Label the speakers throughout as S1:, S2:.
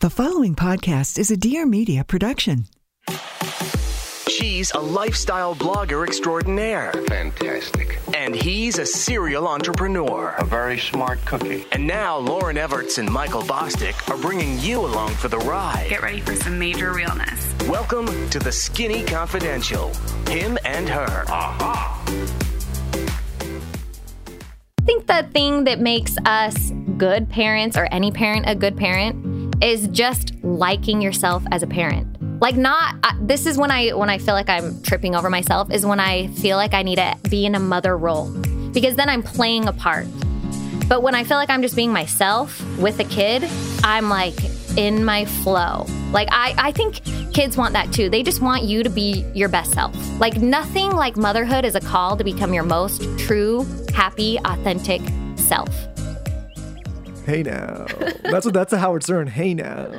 S1: The following podcast is a Dear Media production.
S2: She's a lifestyle blogger extraordinaire,
S3: Fantastic.
S2: and he's a serial entrepreneur.
S3: A very smart cookie.
S2: And now Lauren Everts and Michael Bostick are bringing you along for the ride.
S4: Get ready for some major realness.
S2: Welcome to the Skinny Confidential. Him and her.
S5: I think the thing that makes us good parents or any parent a good parent is just liking yourself as a parent. Like not I this is when I when I feel like I'm tripping over myself is when I feel like I need to be in a mother role because then I'm playing a part. But when I feel like I'm just being myself with a kid, I'm like in my flow. Like I, I think kids want that too. They just want you to be your best self. Like nothing like motherhood is a call to become your most true, happy, authentic self.
S6: Hey now. That's what that's a Howard Stern. Hey now.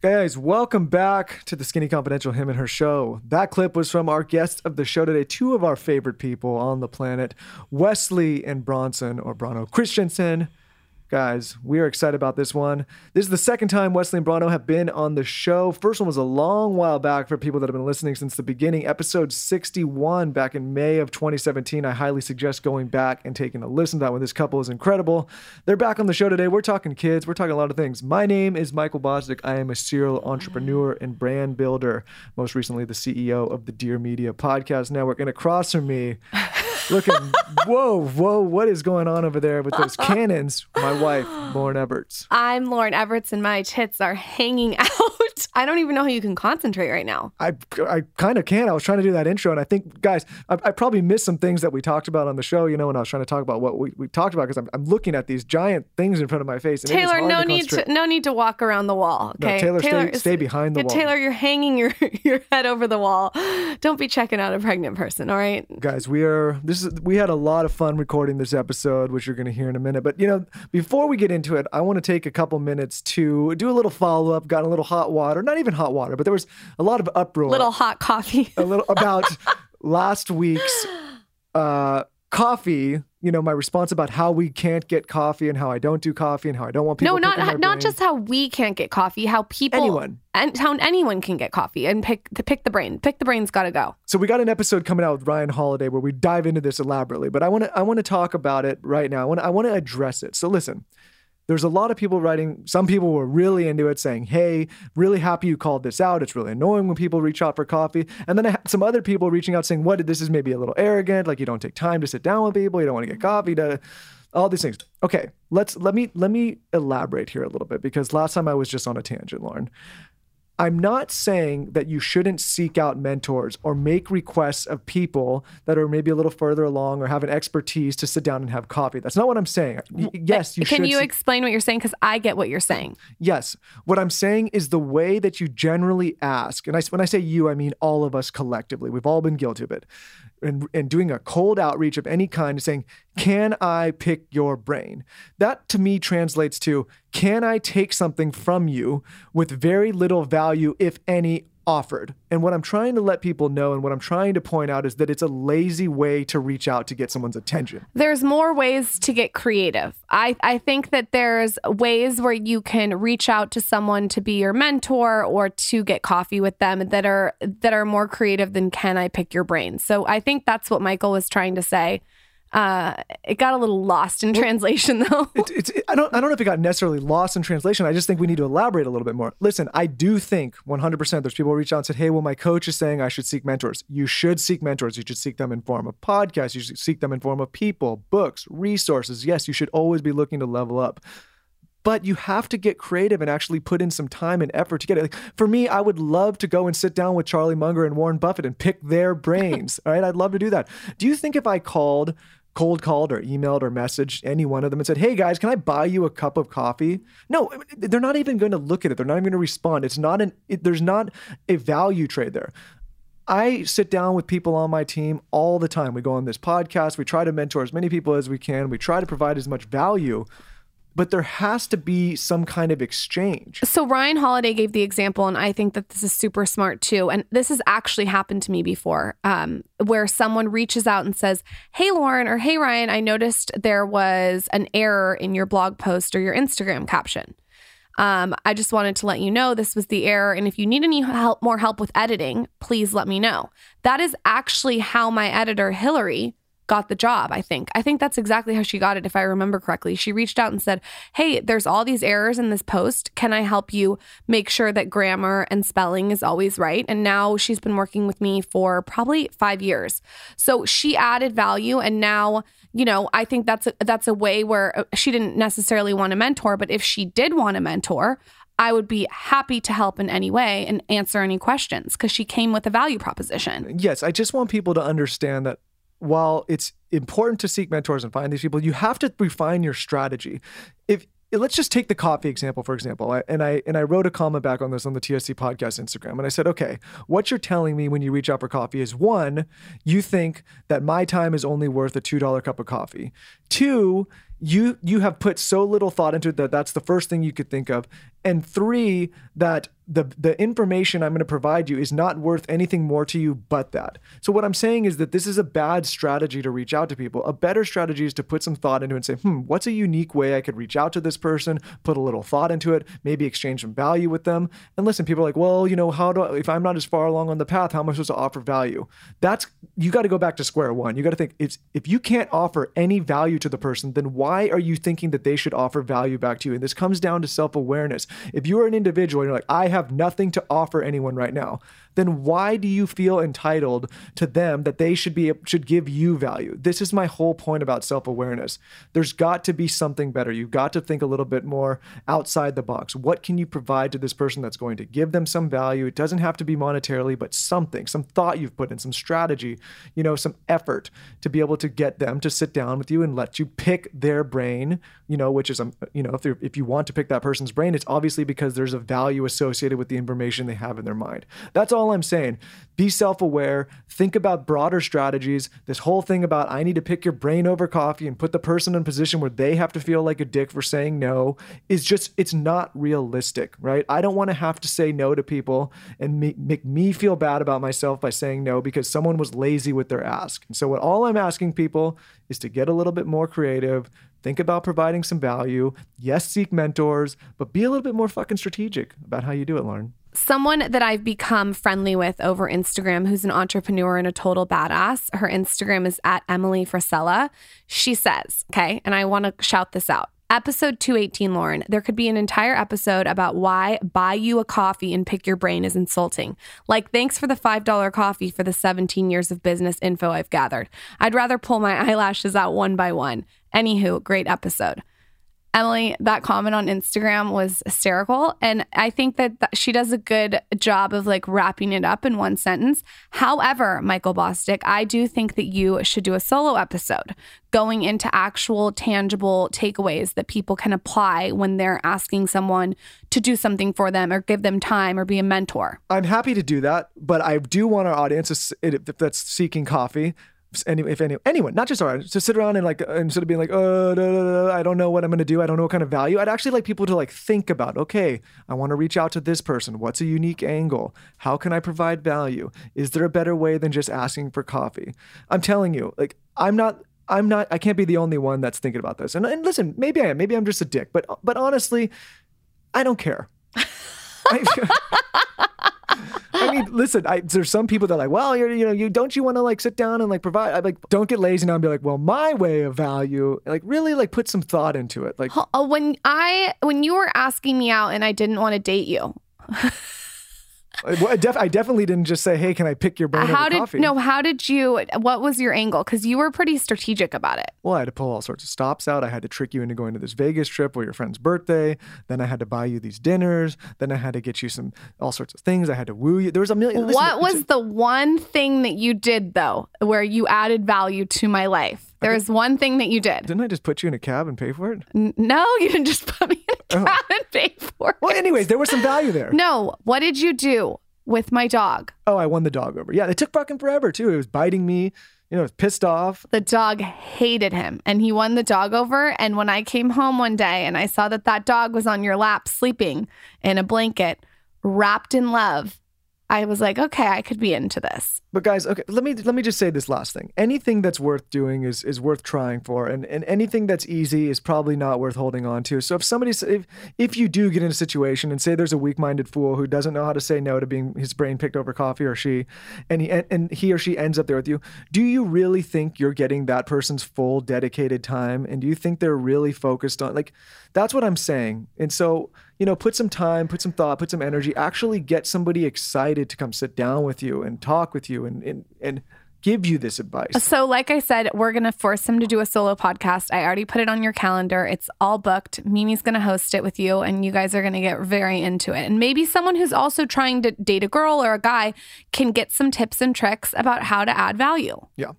S6: Guys, welcome back to the Skinny Confidential Him and Her Show. That clip was from our guests of the show today, two of our favorite people on the planet, Wesley and Bronson or Brono Christensen. Guys, we are excited about this one. This is the second time Wesley and Brono have been on the show. First one was a long while back for people that have been listening since the beginning, episode 61 back in May of 2017. I highly suggest going back and taking a listen to that one. This couple is incredible. They're back on the show today. We're talking kids, we're talking a lot of things. My name is Michael Bosdick. I am a serial entrepreneur and brand builder, most recently, the CEO of the Dear Media Podcast Network. And across from me, looking whoa whoa what is going on over there with those cannons my wife lauren everts
S7: I'm Lauren Everts, and my tits are hanging out. I don't even know how you can concentrate right now.
S6: i, I kind of can i was trying to do that intro and i think guys I, I probably missed some things that we talked about on the show you know when i was trying to talk about what we, we talked about because I'm, I'm looking at these giant things in front of my face and it is
S7: Taylor,
S6: hard
S7: no
S6: to
S7: need to
S6: concentrate.
S7: no need to walk around the wall.
S6: No,
S7: Okay,
S6: Taylor, stay-
S7: is-
S6: stay behind the
S7: Yeah,
S6: wall.
S7: Taylor, you're hanging your your head over the wall. Don't be checking out a pregnant person. All right.
S6: guys we are this is we had a lot of fun recording this episode which you're going to hear in a minute but you know before we get into it i want to take a couple minutes to do a little follow-up got a little hot water not even hot water but there was a lot of uproar
S7: Little hot coffee.
S6: a little about last week's uh, coffee. You know, my response about how we can't get coffee and how I don't do coffee and how I don't want people.
S7: no, not
S6: picking my
S7: not
S6: brain.
S7: just how we can't get coffee. How people
S6: Anyone.
S7: and how anyone can get coffee and pick to pick the brain. Pick the brain's got to go.
S6: So we got an episode coming out with Ryan Holiday where we dive into this elaborately, but I want to I want to talk about it right now. I want I want to address it. So listen, there's a lot of people writing. Some people were really into it, saying, "Hey, really happy you called this out. It's really annoying when people reach out for coffee." And then I had some other people reaching out saying, "What? This is maybe a little arrogant. Like you don't take time to sit down with people. You don't want to get coffee." To all these things. Okay, let's let me let me elaborate here a little bit because last time I was just on a tangent, Lauren. I'm not saying that you shouldn't seek out mentors or make requests of people that are maybe a little further along or have an expertise to sit down and have coffee. That's not what I'm saying. Y- Yes, you
S7: can
S6: should.
S7: you
S6: seek-
S7: explain what you're saying? Because I get what you're saying.
S6: yes, what I'm saying is the way that you generally ask, and I, when I say you, I mean all of us collectively. We've all been guilty of it, and and doing a cold outreach of any kind, and saying, "Can I pick your brain?" That to me translates to, "Can I take something from you with very little value, if any?" offered. And what I'm trying to let people know and what I'm trying to point out is that it's a lazy way to reach out to get someone's attention.
S7: there's more ways to get creative. I, I think that there's ways where you can reach out to someone to be your mentor or to get coffee with them that are that are more creative than can I pick your brain. So I think that's what Michael was trying to say. Uh, it got a little lost in translation though.
S6: it, it's it- I don't I don't know if it got necessarily lost in translation. I just think we need to elaborate a little bit more. Listen, I do think 100% there's people who reach out and said, "Hey, well my coach is saying I should seek mentors." You should seek mentors. You should seek them in form of podcasts, you should seek them in form of people, books, resources. Yes, you should always be looking to level up. But you have to get creative and actually put in some time and effort to get it. Like, for me, I would love to go and sit down with Charlie Munger and Warren Buffett and pick their brains. all right, I'd love to do that. Do you think if I called cold called or emailed or messaged any one of them and said, Hey guys, can I buy you a cup of coffee? No, they're not even going to look at it. They're not even going to respond. It's not an, it, there's not a value trade there. I sit down with people on my team all the time. We go on this podcast, we try to mentor as many people as we can, we try to provide as much value, but there has to be some kind of exchange.
S7: So Ryan Holiday gave the example, and I think that this is super smart too. And this has actually happened to me before, um, where someone reaches out and says, "Hey Lauren," or "Hey Ryan, I noticed there was an error in your blog post or your Instagram caption." Um, I just wanted to let you know this was the error. And if you need any help, more help with editing, please let me know. That is actually how my editor, Hillary, got the job, I think. I think that's exactly how she got it, if I remember correctly. She reached out and said, Hey, there's all these errors in this post. Can I help you make sure that grammar and spelling is always right? And now she's been working with me for probably five years. So she added value and now you know i think that's a, that's a way where uh, she didn't necessarily want a mentor but if she did want a mentor i would be happy to help in any way and answer any questions because she came with a value proposition
S6: yes, I just want people to understand that while it's important to seek mentors and find these people, you have to refine your strategy. If let's just take the coffee example for example, I, and I and I wrote a comment back on this on the TSC podcast Instagram, and I said, okay, what you're telling me when you reach out for coffee is one, you think that my time is only worth a two dollar cup of coffee. Two, you you have put so little thought into it that that's the first thing you could think of and three that the the information i'm going to provide you is not worth anything more to you but that so what i'm saying is that this is a bad strategy to reach out to people a better strategy is to put some thought into it and say hmm what's a unique way i could reach out to this person put a little thought into it maybe exchange some value with them and listen people are like well you know how do I, if i'm not as far along on the path how am i supposed to offer value that's you got to go back to square one you got to think it's if you can't offer any value to the person then why why are you thinking that they should offer value back to you? And this comes down to self awareness. If you are an individual and you're like, I have nothing to offer anyone right now, then why do you feel entitled to them that they should be should give you value? This is my whole point about self awareness. There's got to be something better. You've got to think a little bit more outside the box. What can you provide to this person that's going to give them some value? It doesn't have to be monetarily, but something, some thought you've put in, some strategy, you know, some effort to be able to get them to sit down with you and let you pick their their brain, you know, which is, um, you know, if, they're- if you want to pick that person's brain, it's obviously because there's a value associated with the information they have in their mind. That's all I'm saying. Be self aware, think about broader strategies. This whole thing about I need to pick your brain over coffee and put the person in a position where they have to feel like a dick for saying no is just, it's not realistic, right? I don't want to have to say no to people and ma- make me feel bad about myself by saying no because someone was lazy with their ask. And so, what all I'm asking people is to get a little bit more creative, think about providing some value. Yes, seek mentors, but be a little bit more fucking strategic about how you do it, Lauren.
S7: someone that I've become friendly with over Instagram who's an entrepreneur and a total badass. Her Instagram is at Emily Frisella. She says, okay, and I want to shout this out. Episode 218, Lauren, there could be an entire episode about why buy you a coffee and pick your brain is insulting. Like, thanks for the $5 coffee for the 17 years of business info I've gathered. I'd rather pull my eyelashes out one by one. Anywho, great episode. Emily, that comment on Instagram was hysterical. And I think that th- she does a good job of like wrapping it up in one sentence. However, Michael Bostick, I do think that you should do a solo episode going into actual tangible takeaways that people can apply when they're asking someone to do something for them or give them time or be a mentor.
S6: I'm happy to do that, but I do want our audience, if that's seeking coffee, any, if any, anyone, not just our audience, to sit around and like, instead of being like, oh, da, da, da, I don't know what I'm going to do. I don't know what kind of value. I'd actually like people to like think about, okay, I want to reach out to this person. What's a unique angle? How can I provide value? Is there a better way than just asking for coffee? I'm telling you, like, I'm not I'm not I can't be the only one that's thinking about this. And, and listen, maybe I am. Maybe I'm just a dick, but but honestly, I don't care. I, I mean, listen, I, there's some people that are like, well, you're, you know, you don't you want to like sit down and like provide? I like don't get lazy now and be like, well, my way of value, like really like put some thought into it. Like
S7: Oh, When I when you were asking me out and I didn't want to date you,
S6: I, well, I def- I definitely didn't just say, hey, can I pick your brain over
S7: how did
S6: coffee?
S7: no? How did you? What was your angle? Because you were pretty strategic about it.
S6: Well, I had to pull all sorts of stops out. I had to trick you into going to this Vegas trip or your friend's birthday. Then I had to buy you these dinners. Then I had to get you some all sorts of things. I had to woo you. There was a million. listen,
S7: what
S6: it's-
S7: was the one thing that you did though, where you added value to my life? There is one thing that you did.
S6: Didn't I just put you in a cab and pay for it?
S7: N- No, you didn't just put me in a cab and pay for it.
S6: Oh. Well, anyways, there was some value there.
S7: No, what did you do with my dog?
S6: Oh, I won the dog over. Yeah, it took fucking forever too. It was biting me. You know, it was pissed off.
S7: The dog hated him, and he won the dog over. And when I came home one day and I saw that that dog was on your lap, sleeping in a blanket, wrapped in love, I was like, okay, I could be into this.
S6: But guys, okay, let me let me just say this last thing. Anything that's worth doing is is worth trying for, and and anything that's easy is probably not worth holding on to. So if somebody's if if you do get in a situation and say there's a weak-minded fool who doesn't know how to say no to being his brain picked over coffee or she, and he and, and he or she ends up there with you, do you really think you're getting that person's full dedicated time? And do you think they're really focused on like that's what I'm saying? And so you know, put some time, put some thought, put some energy, actually get somebody excited to come sit down with you and talk with you and and, and give you this advice.
S7: So, like I said, we're going to force him to do a solo podcast. I already put it on your calendar. It's all booked. Mimi's going to host it with you, and you guys are going to get very into it. And maybe someone who's also trying to date a girl or a guy can get some tips and tricks about how to add value.
S6: Yeah.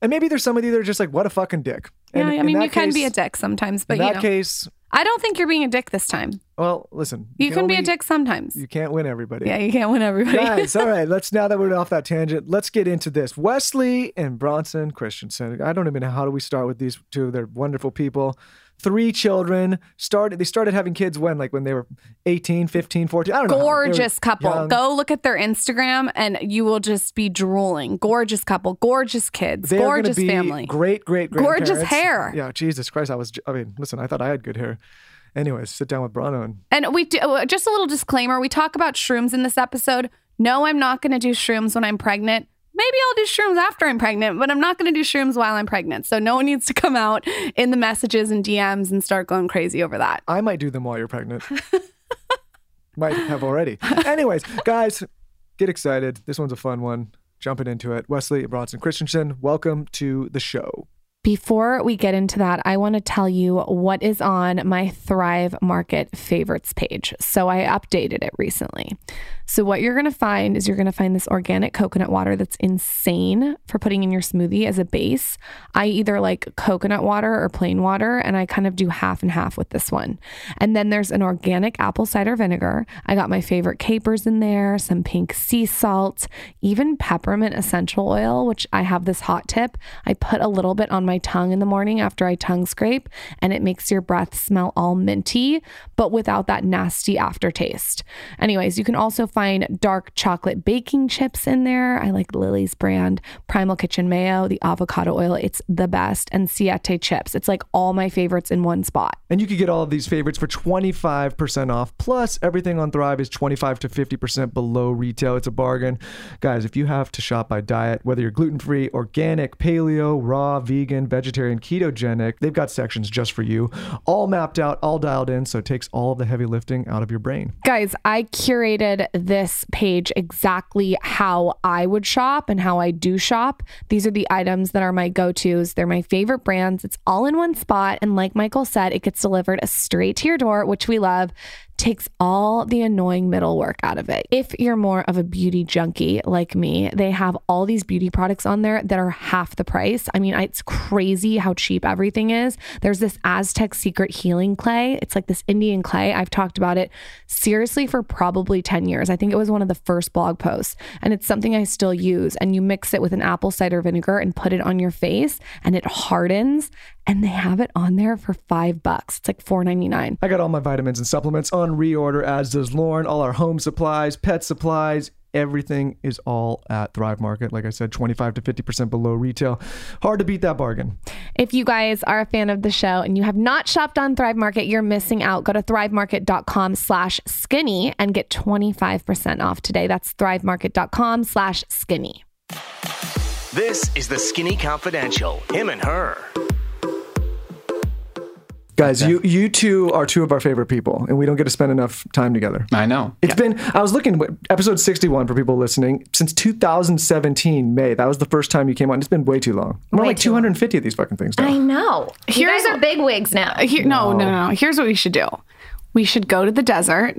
S6: And maybe there's somebody that are just like, what a fucking dick.
S7: Yeah,
S6: And
S7: I
S6: in
S7: mean,
S6: that
S7: you can be a
S6: case-
S7: dick sometimes, but
S6: In
S7: you
S6: that
S7: know,
S6: case,
S7: I don't think you're being a dick this time.
S6: well, listen.
S7: You can be a
S6: only-
S7: dick sometimes.
S6: You can't win everybody.
S7: yeah, you can't win everybody.
S6: Guys, all right. Let's now that we're off that tangent, let's get into this. Wesley and Bronson Christensen. I don't even know how do we start with these two. They're wonderful people. Three children. Started they started having kids when? Like when they were 18, 15, 14. I don't know. how. They were
S7: gorgeous couple.
S6: young.
S7: Go look at their Instagram and you will just be drooling. Gorgeous couple, gorgeous kids,
S6: They are gonna
S7: gorgeous
S6: be
S7: family.
S6: Great, great, great.
S7: Gorgeous hair.
S6: Yeah, Jesus Christ. I was I mean, listen, I thought I had good hair. Anyways, sit down with Bronson. and
S7: And we do uh, just a little disclaimer. We talk about shrooms in this episode. No, I'm not going to do shrooms when I'm pregnant. Maybe I'll do shrooms after I'm pregnant, but I'm not going to do shrooms while I'm pregnant. So no one needs to come out in the messages and DMs and start going crazy over that.
S6: I might do them while you're pregnant. might have already. Anyways, guys, get excited. This one's a fun one. Jumping into it. Wesley Bronson Christensen, welcome to the show.
S7: Before we get into that, I want to tell you what is on my Thrive Market favorites page. So I updated it recently. So, what you're going to find is you're going to find this organic coconut water that's insane for putting in your smoothie as a base. I either like coconut water or plain water, and I kind of do half and half with this one. And then there's an organic apple cider vinegar. I got my favorite capers in there, some pink sea salt, even peppermint essential oil, which I have this hot tip. I put a little bit on my tongue in the morning after I tongue scrape, and it makes your breath smell all minty, but without that nasty aftertaste. Anyways, you can also find dark chocolate baking chips in there. I like Lily's brand, Primal Kitchen Mayo, the avocado oil. It's the best, and Siete chips. It's like all my favorites in one spot.
S6: And you can get all of these favorites for 25% off. Plus, everything on Thrive is 25 to 50% below retail. It's a bargain. Guys, if you have to shop by diet, whether you're gluten free, organic, paleo, raw, vegan, vegetarian, ketogenic, they've got sections just for you, all mapped out, all dialed in. So it takes all of the heavy lifting out of your brain.
S7: Guys, I curated this page exactly how I would shop and how I do shop. These are the items that are my go tos. They're my favorite brands. It's all in one spot. And like Michael said, it gets delivered straight to your door, which we love. Takes all the annoying middle work out of it. If you're more of a beauty junkie like me, they have all these beauty products on there that are half the price. I mean, it's crazy how cheap everything is. There's this Aztec secret healing clay. It's like this Indian clay. I've talked about it seriously for probably 10 years. I think it was one of the first blog posts, and it's something I still use. And you mix it with an apple cider vinegar and put it on your face, and it hardens. And they have it on there for five bucks. It's like four ninety nine.
S6: I got all my vitamins and supplements on reorder, as does Lauren. All our home supplies, pet supplies, everything is all at Thrive Market. Like I said, 25 to 50% below retail. Hard to beat that bargain.
S7: If you guys are a fan of the show and you have not shopped on Thrive Market, you're missing out. Go to thrivemarket.com slash skinny and get 25% off today. That's thrivemarket.com slash skinny.
S2: This is the Skinny Confidential. Him and her.
S6: Guys, you you two are two of our favorite people, and we don't get to spend enough time together.
S8: I know.
S6: It's been I was looking episode 61 for people listening since 2017 May. That was the first time you came on. It's been way too long. We're on like 250 of these fucking things. Now.
S5: I know. You
S9: Here's
S5: guys are big wigs now.
S9: Here, no, no, no, no. Here's what we should do. We should go to the desert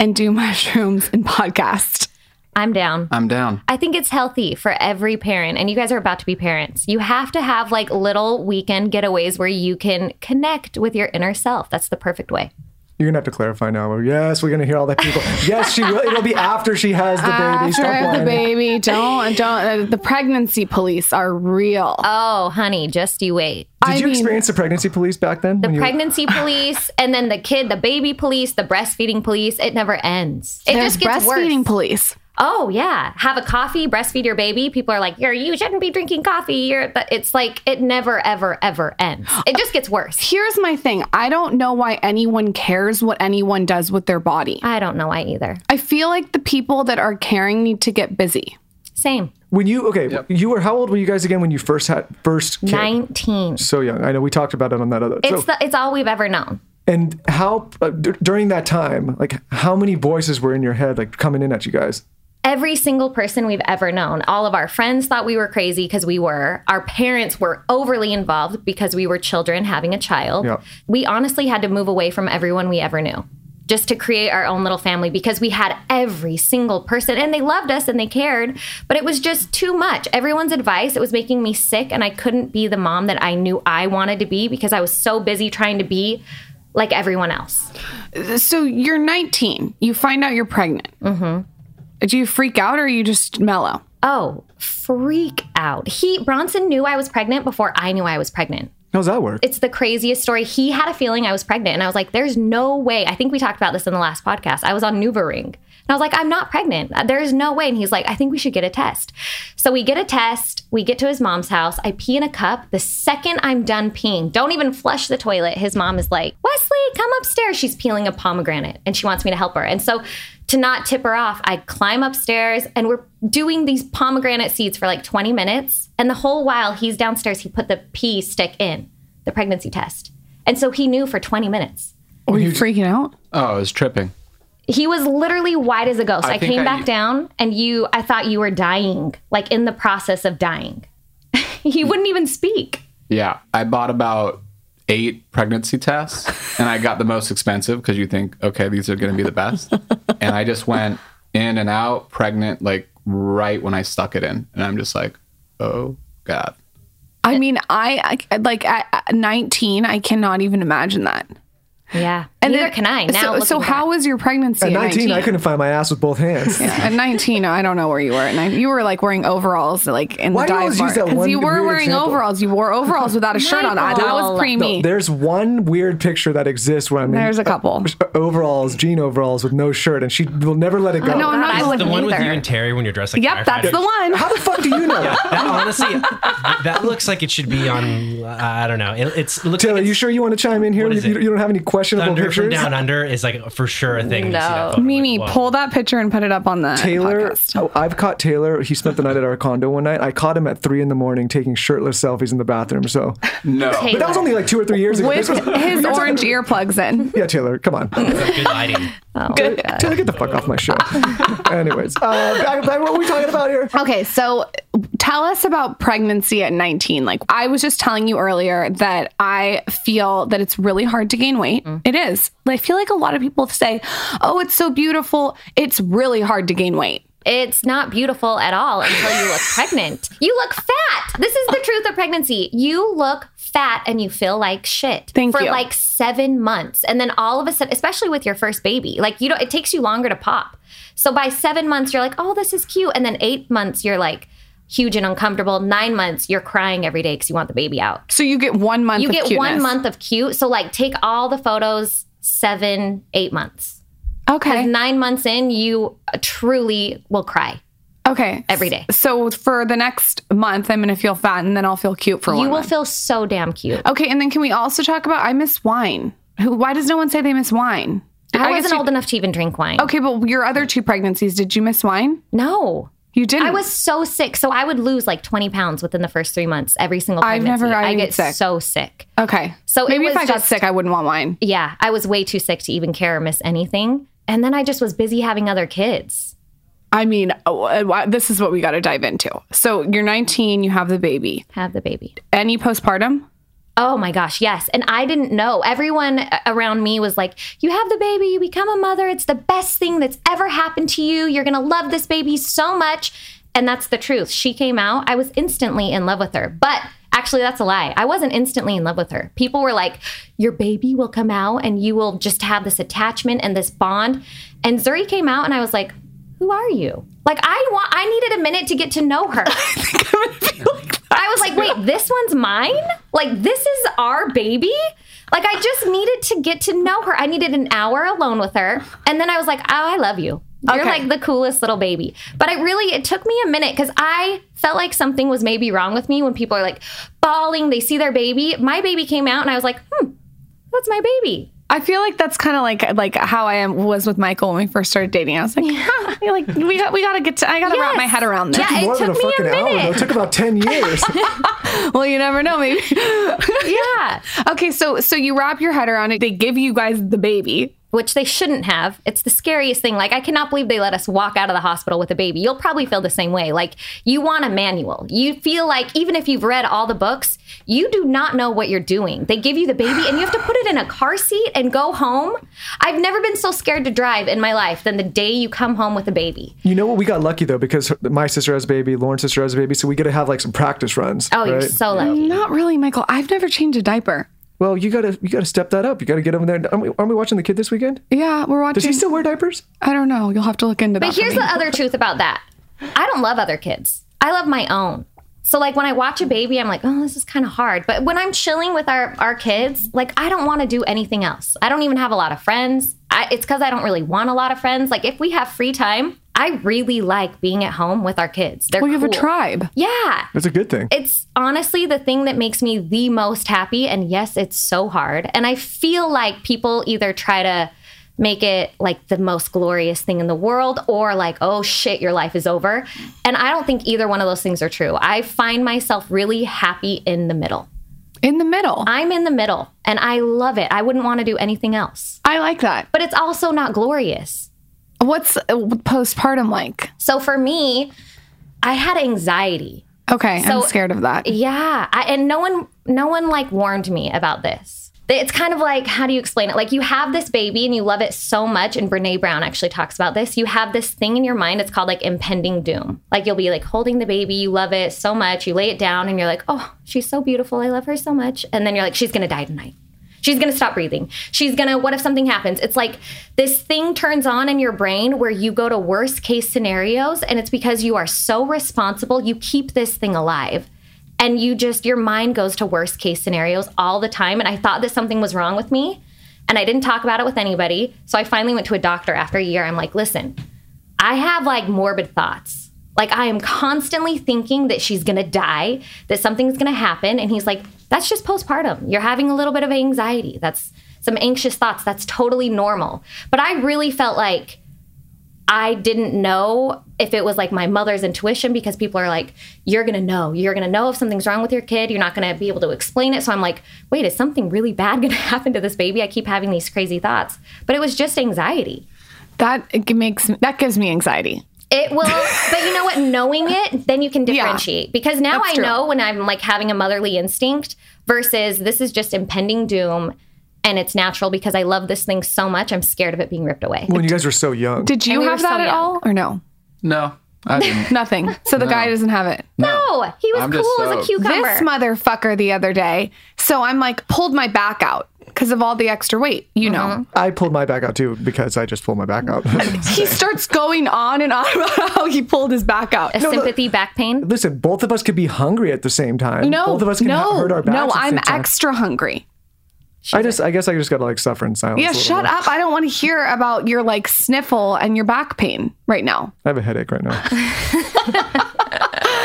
S9: and do mushrooms and podcast.
S5: I'm down.
S8: I'm down.
S5: I think it's healthy for every parent, and you guys are about to be parents. You have to have like little weekend getaways where you can connect with your inner self. That's the perfect way.
S6: You're gonna have to clarify now. Yes, we're gonna hear all that people. yes, she will. It'll be after she has the baby. Stop
S9: After the
S6: whining.
S9: baby, don't, don't. Uh, the pregnancy police are real.
S7: Uh,
S5: Oh, honey, just you wait.
S6: Did you experience the pregnancy police back then?
S5: The
S6: when you-
S5: pregnancy police, and then the kid, the baby police, the breastfeeding police. It never ends. It
S9: There's
S5: just gets
S9: breastfeeding
S5: worse.
S9: police.
S5: oh yeah, have a coffee, breastfeed your baby. People are like, you're you shouldn't be drinking coffee. You're, but it's like it never ever ever ends. It just gets worse.
S7: Here's my thing I don't know why anyone cares what anyone does with their body.
S5: I don't know why either.
S7: I feel like the people that are caring need to get busy.
S5: Same.
S6: When you okay, you were how old were you guys again when you first had first kid?
S5: Nineteen.
S6: So young. I know we talked about it on that other.
S5: It's
S6: so,
S5: the it's all we've ever known.
S6: and how uh, d- during that time, like how many voices were in your head, like coming in at you guys?
S5: every single person we've ever known. All of our friends thought we were crazy because we were. Our parents were overly involved because we were children having a child.
S6: Yeah.
S5: We honestly had to move away from everyone we ever knew just to create our own little family because we had every single person and they loved us and they cared, but it was just too much. Everyone's advice, it was making me sick and I couldn't be the mom that I knew I wanted to be because I was so busy trying to be like everyone else.
S7: So you're 19, you find out you're pregnant. Mm-hmm. Do you freak out or are you just mellow?
S5: Oh, freak out. He Bronson knew I was pregnant before I knew I was pregnant.
S6: How's that work?
S5: It's the craziest story. He had a feeling I was pregnant and I was like, there's no way. I think we talked about this in the last podcast. I was on NuvaRing. And I was like, I'm not pregnant. There's no way. And he's like, I think we should get a test. So we get a test. We get to his mom's house. I pee in a cup. The second I'm done peeing, don't even flush the toilet. His mom is like, Wesley, come upstairs. She's peeling a pomegranate and she wants me to help her. And so to not tip her off, I climb upstairs and we're doing these pomegranate seeds for like 20 minutes. And the whole while he's downstairs, he put the pee stick in the pregnancy test. And so he knew for 20 minutes.
S7: Were you freaking out?
S8: Oh, I was tripping.
S5: He was literally white as a ghost. I,
S8: I think
S5: came
S8: I-
S5: back down and you I thought you were dying, like in the process of dying. he wouldn't even speak.
S8: Yeah, I bought about eight pregnancy tests, and I got the most expensive because you think, okay, these are going to be the best. and I just went in and out pregnant, like right when I stuck it in, and I'm just like, oh god.
S6: Eh.
S7: I mean, I, I like at at 19, I cannot even imagine that.
S5: Yeah. And Neither
S7: then-
S5: can I now.
S7: So, so
S5: looking
S7: how
S5: back.
S7: was your pregnancy
S6: At 19, I couldn't find my ass with both hands.
S7: Yeah, At 19, I don't know where you were. At nine, you were like wearing overalls, like in
S6: Why do
S7: the
S6: you
S7: dive
S6: always
S7: bar.
S6: use that one
S7: you were
S6: weird
S7: wearing
S6: example?
S7: overalls. You wore overalls without a shirt on. I- That
S5: Michael.
S7: was pre me.
S6: There's one weird picture that exists when I'm in
S7: There's a couple.
S6: overalls, jean overalls with no shirt, and she will never let it go.
S7: No, I'm
S5: I was
S7: not going
S5: the
S10: The one with you
S7: either.
S10: and Terry when you're dressed like
S7: Yep, that's
S10: firefighters.
S7: the one.
S6: How the fuck do you know?
S10: That, honestly, that looks like it should be on. uh, I don't know. It, it's it looks
S6: Taylor,
S10: like
S6: you
S10: it's
S6: sure you want to chime in here?
S10: What
S6: You,
S10: is it?
S6: you don't have any questionable
S10: Thunder from
S6: pictures?
S10: Down Under is like for sure a thing. when you see that
S5: No.
S10: photo. Like,
S7: Mimi,
S10: whoa.
S7: pull that picture and put it up on the
S6: Taylor,
S7: podcast.
S6: oh, I've caught Taylor. He spent the night at our condo one night. I caught him at three in the morning taking shirtless selfies in the bathroom. So,
S8: No,
S6: but that was only like two or three years ago.
S7: with
S6: This was-
S7: his orange earplugs in.
S6: yeah, Taylor, come on,
S10: Good lighting.
S7: Good.
S6: Taylor, get the fuck off my show. Anyways, uh, back- back- what are we talking about here?
S7: Okay, so tell us about pregnancy at 19. Like I was just telling you earlier that I feel that it's really hard to gain weight. It is. I feel like a lot of people say, "Oh, it's so beautiful." It's really hard to gain weight.
S5: It's not beautiful at all until you look pregnant. You look fat. This is the truth of pregnancy. You look fat and you feel like shit
S7: Thank
S5: for
S7: you.
S5: like seven months, and then all of a sudden, especially with your first baby, like you don't. It takes you longer to pop. So by seven months, you're like, oh, this is cute, and then eight months, you're like huge and uncomfortable. Nine months, you're crying every day because you want the baby out.
S7: So you get 1 month
S5: You
S7: of
S5: get one
S7: cuteness.
S5: month of cute. So like, take all the photos. Seven, eight months.
S7: Okay.
S5: Nine months in, you truly will cry.
S7: Okay.
S5: Every day.
S7: So for the next month I'm going to feel fat and then I'll feel cute for one.
S5: You will
S7: month.
S5: feel so damn cute.
S7: Okay, and then can we also talk about I miss wine? Who why does no one say they miss wine?
S5: I,
S7: guess
S5: wasn't
S7: you-
S5: old enough to even drink wine.
S7: Okay, but your other two pregnancies, did you miss wine?
S5: No.
S7: You didn't.
S5: I was so sick. So I would lose like 20 pounds within the first three months every single
S7: I've
S5: pregnancy.
S7: never- I
S5: I
S7: didn't
S5: get
S7: get sick.
S5: so sick.
S7: Okay.
S5: So it
S7: maybe if
S5: was
S7: I got
S5: just-
S7: sick, I wouldn't want wine.
S5: Yeah. I was way too sick to even care or miss anything. And then I just was busy having other kids.
S7: I mean, oh, uh, why- this is what we got to dive into. So you're 19, you have the baby.
S5: Have the baby.
S7: Any postpartum?
S5: Oh my gosh, yes. And I didn't know. Everyone a- around me was like, You have the baby, you become a mother. It's the best thing that's ever happened to you. You're going to love this baby so much. And that's the truth. She came out. I was instantly in love with her. But actually, that's a lie. I wasn't instantly in love with her. People were like, Your baby will come out and you will just have this attachment and this bond. And Zuri came out and I was like, Who are you? Like, I want, I needed a minute to get to know her. I was like, wait, this one's mine? Like, this is our baby? Like, I just needed to get to know her. I needed an hour alone with her. And then I was like, oh, I love you. You're
S11: Okay.
S5: like the coolest little baby. But I really, it took me a minute because I felt like something was maybe wrong with me when people are like bawling, they see their baby. My baby came out and I was like, hmm, that's my baby.
S7: I feel like that's kind of like like how I am was with Michael when we first started dating. I was like, huh, I feel like we got we gotta get to I gotta wrap
S5: Yes.
S7: my head around this.
S5: Yeah, it
S6: More than a
S5: took me a
S6: fucking hour. Though. It
S5: minute.
S6: took about ten years.
S7: Well, you never know, maybe.
S5: yeah.
S7: okay, so so you wrap your head around it. They give you guys the baby.
S5: Which they shouldn't have. It's the scariest thing. Like, I cannot believe they let us walk out of the hospital with a baby. You'll probably feel the same way. Like, you want a manual. You feel like, even if you've read all the books, you do not know what you're doing. They give you the baby and you have to put it in a car seat and go home. I've never been so scared to drive in my life than the day you come home with a baby.
S6: you know what? We got lucky though because her- my sister has a baby, Lauren's sister has a baby, so we get to have like some practice runs.
S5: Oh, you're
S6: right?
S5: so lucky.
S7: Not really, Michael. I've never changed a diaper.
S6: well, you gotta you gotta step that up. You gotta get them there. Aren't we, aren't we watching the kid this weekend?
S7: Yeah, we're watching.
S6: Does he still wear diapers?
S7: I don't know. You'll have to look into that.
S5: But
S7: for
S5: here's
S7: me.
S5: the other truth about that. I don't love other kids. I love my own. So like when I watch a baby, I'm like, oh, this is kind of hard. But when I'm chilling with our our kids, like I don't want to do anything else. I don't even have a lot of friends. I, it's because I don't really want a lot of friends. Like if we have free time, I really like being at home with our kids. They're
S7: well, you have a
S5: cool.
S7: tribe.
S5: Yeah,
S6: That's a good thing.
S5: it's honestly the thing that makes me the most happy. And yes, it's so hard. And I feel like people either try to make it like the most glorious thing in the world or like, oh shit, your life is over. And I don't think either one of those things are true. I find myself really happy in the middle.
S7: In the middle.
S5: I'm in the middle and I love it. I wouldn't want to do anything else.
S7: I like that.
S5: But it's also not glorious.
S7: What's uh, postpartum like?
S5: So for me, I had anxiety.
S7: Okay, I'm
S5: So-
S7: scared of that.
S5: Yeah, I, and no one no one like warned me about this. It's kind of like how do you explain it? Like you have this baby and you love it so much and Brené Brown actually talks about this. You have this thing in your mind it's called like impending doom. Like you'll be like holding the baby, you love it so much, you lay it down and you're like, "Oh, she's so beautiful. I love her so much." And then you're like, "She's going to die tonight." She's gonna stop breathing. She's gonna, what if something happens? It's like this thing turns on in your brain where you go to worst case scenarios, and it's because you are so responsible, you keep this thing alive. And you just, your mind goes to worst case scenarios all the time. And I thought that something was wrong with me, and I didn't talk about it with anybody. So I finally went to a doctor after a year. I'm like, listen, I have like morbid thoughts. Like I am constantly thinking that she's gonna die, that something's gonna happen. And he's like, that's just postpartum. You're having a little bit of anxiety. That's some anxious thoughts. That's totally normal. But I really felt like I didn't know if it was like my mother's intuition because people are like, you're gonna know. You're gonna know if something's wrong with your kid. You're not gonna be able to explain it. So I'm like, wait, is something really bad gonna happen to this baby? I keep having these crazy thoughts. But it was just anxiety.
S7: That it makes that gives me anxiety.
S5: It will, but you know what? Knowing it, then you can differentiate because now
S7: That's
S5: I
S7: true.
S5: know when I'm like having a motherly instinct versus this is just impending doom and it's natural because I love this thing so much. I'm scared of it being ripped away.
S6: When you guys were so young.
S7: Did you
S5: we
S7: have
S5: were
S7: that
S5: so
S7: at
S5: young.
S7: all or no?
S8: No, I didn't.
S7: Nothing. So the guy doesn't have it.
S5: No, he was
S8: I'm
S5: cool
S8: just
S5: as a
S8: so-
S5: cucumber.
S7: This motherfucker the other day. So I'm like pulled my back out because of all the extra weight, you know.
S6: I pulled my back out too because I just pulled my back out.
S5: Mm-hmm.
S7: He starts going on and on about how he pulled his back out.
S5: a sympathy back pain.
S6: Listen, both of us could be hungry at the same time.
S7: No,
S6: both of us can
S7: no,
S6: ha- hurt our backs.
S7: no.
S6: at the
S7: I'm
S6: same time.
S7: extra hungry.
S6: I just, I guess, I just gotta like suffer in silence. a
S7: Yeah,
S6: little
S7: shut
S6: more.
S7: up. I don't want to hear about your like sniffle and your back pain right now.
S6: I have a headache right now.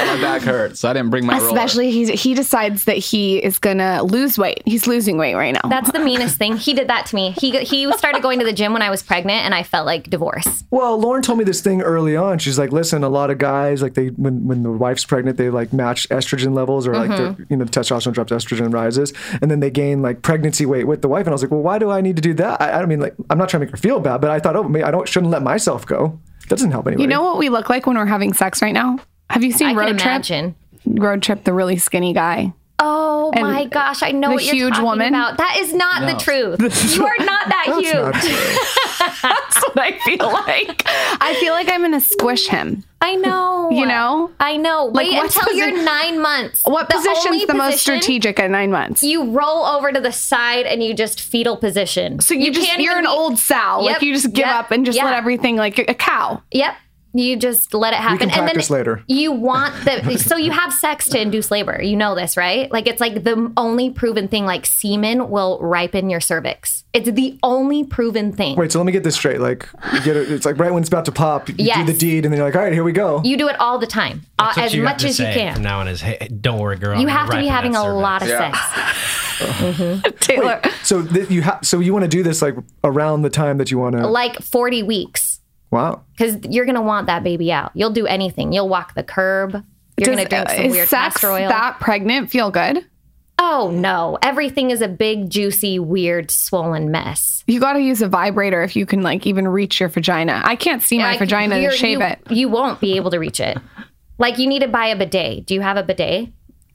S8: My back hurts. I didn't bring my roller.
S7: Especially he he decides that he is gonna lose weight. He's losing weight right now.
S5: That's the meanest thing. He did that to me. He he started going to the gym when I was pregnant and I felt like divorce.
S6: Well, Lauren told me this thing early on. She's like, listen, a lot of guys, like they, when, when the wife's pregnant, they like match estrogen levels or like,
S7: Mm-hmm.
S6: their, you know, the testosterone drops, estrogen rises, and then they gain like pregnancy weight with the wife. And I was like, well, why do I need to do that? I, I don't mean like, I'm not trying to make her feel bad, but I thought, oh, maybe I don't, shouldn't let myself go. That doesn't help anybody.
S7: you know what we look like when we're having sex right now? Have you seen
S5: I
S7: Road
S5: can
S7: Trip?
S5: imagine.
S7: Road Trip, the really skinny guy.
S5: Oh my gosh, I know
S7: the
S5: what you're
S7: huge
S5: talking
S7: woman?
S5: about. That is not the truth. You are not that
S6: That's
S5: huge.
S6: not true.
S7: That's what I feel like. I feel like I'm gonna squish him.
S5: I know.
S7: You know?
S5: I know.
S7: Like,
S5: Wait
S7: what
S5: until
S7: posi-
S5: you're nine months.
S7: What
S5: The
S7: position's
S5: only
S7: the most
S5: position,
S7: strategic at nine months?
S5: You roll over to the side and you just fetal position.
S7: so you, just
S5: can't
S7: you're
S5: even
S7: an
S5: be-
S7: old sow.
S5: Yep,
S7: like you just give
S5: yep,
S7: up and just
S5: yeah.
S7: let everything like a cow.
S5: Yep. You just let it happen, and then
S6: practice later.
S5: you want the so you have sex to induce labor. You know this, right? Like it's like the only proven thing. Like semen will ripen your cervix. It's the only proven thing.
S6: Wait, so let me get this straight. Like, you get it, it's like right when it's about to pop, you
S5: Yes.
S6: do the deed, and then you're like, all right, here we go.
S5: You do it all the time, uh,
S10: That's what
S5: as
S10: have
S5: much
S10: to
S5: as you
S10: say From
S5: can.
S10: now on, is hey, don't worry, girl.
S5: You
S10: I'm
S5: have to be
S10: ripening
S5: having
S10: that
S5: a
S10: cervix.
S5: lot of
S8: Yeah.
S5: sex.
S7: Taylor.
S6: so th- you ha- so you want to do this like around the time that you want to.
S5: Like forty weeks.
S6: Wow.
S5: because you're gonna want that baby out. You'll do anything. You'll walk the curb. You're gonna
S7: Does-
S5: drink
S7: uh,
S5: some
S7: is
S5: weird
S7: sex
S5: castor oil.
S7: that pregnant feel good?
S5: oh no, everything is a big, juicy, weird, swollen mess.
S7: You got to use a vibrator if you can like even reach your vagina. I can't see my
S5: Like,
S7: vagina to
S5: you're-
S7: shave
S5: you,
S7: it.
S5: You won't be able to reach it. Like you need to buy a bidet. Do you have a bidet?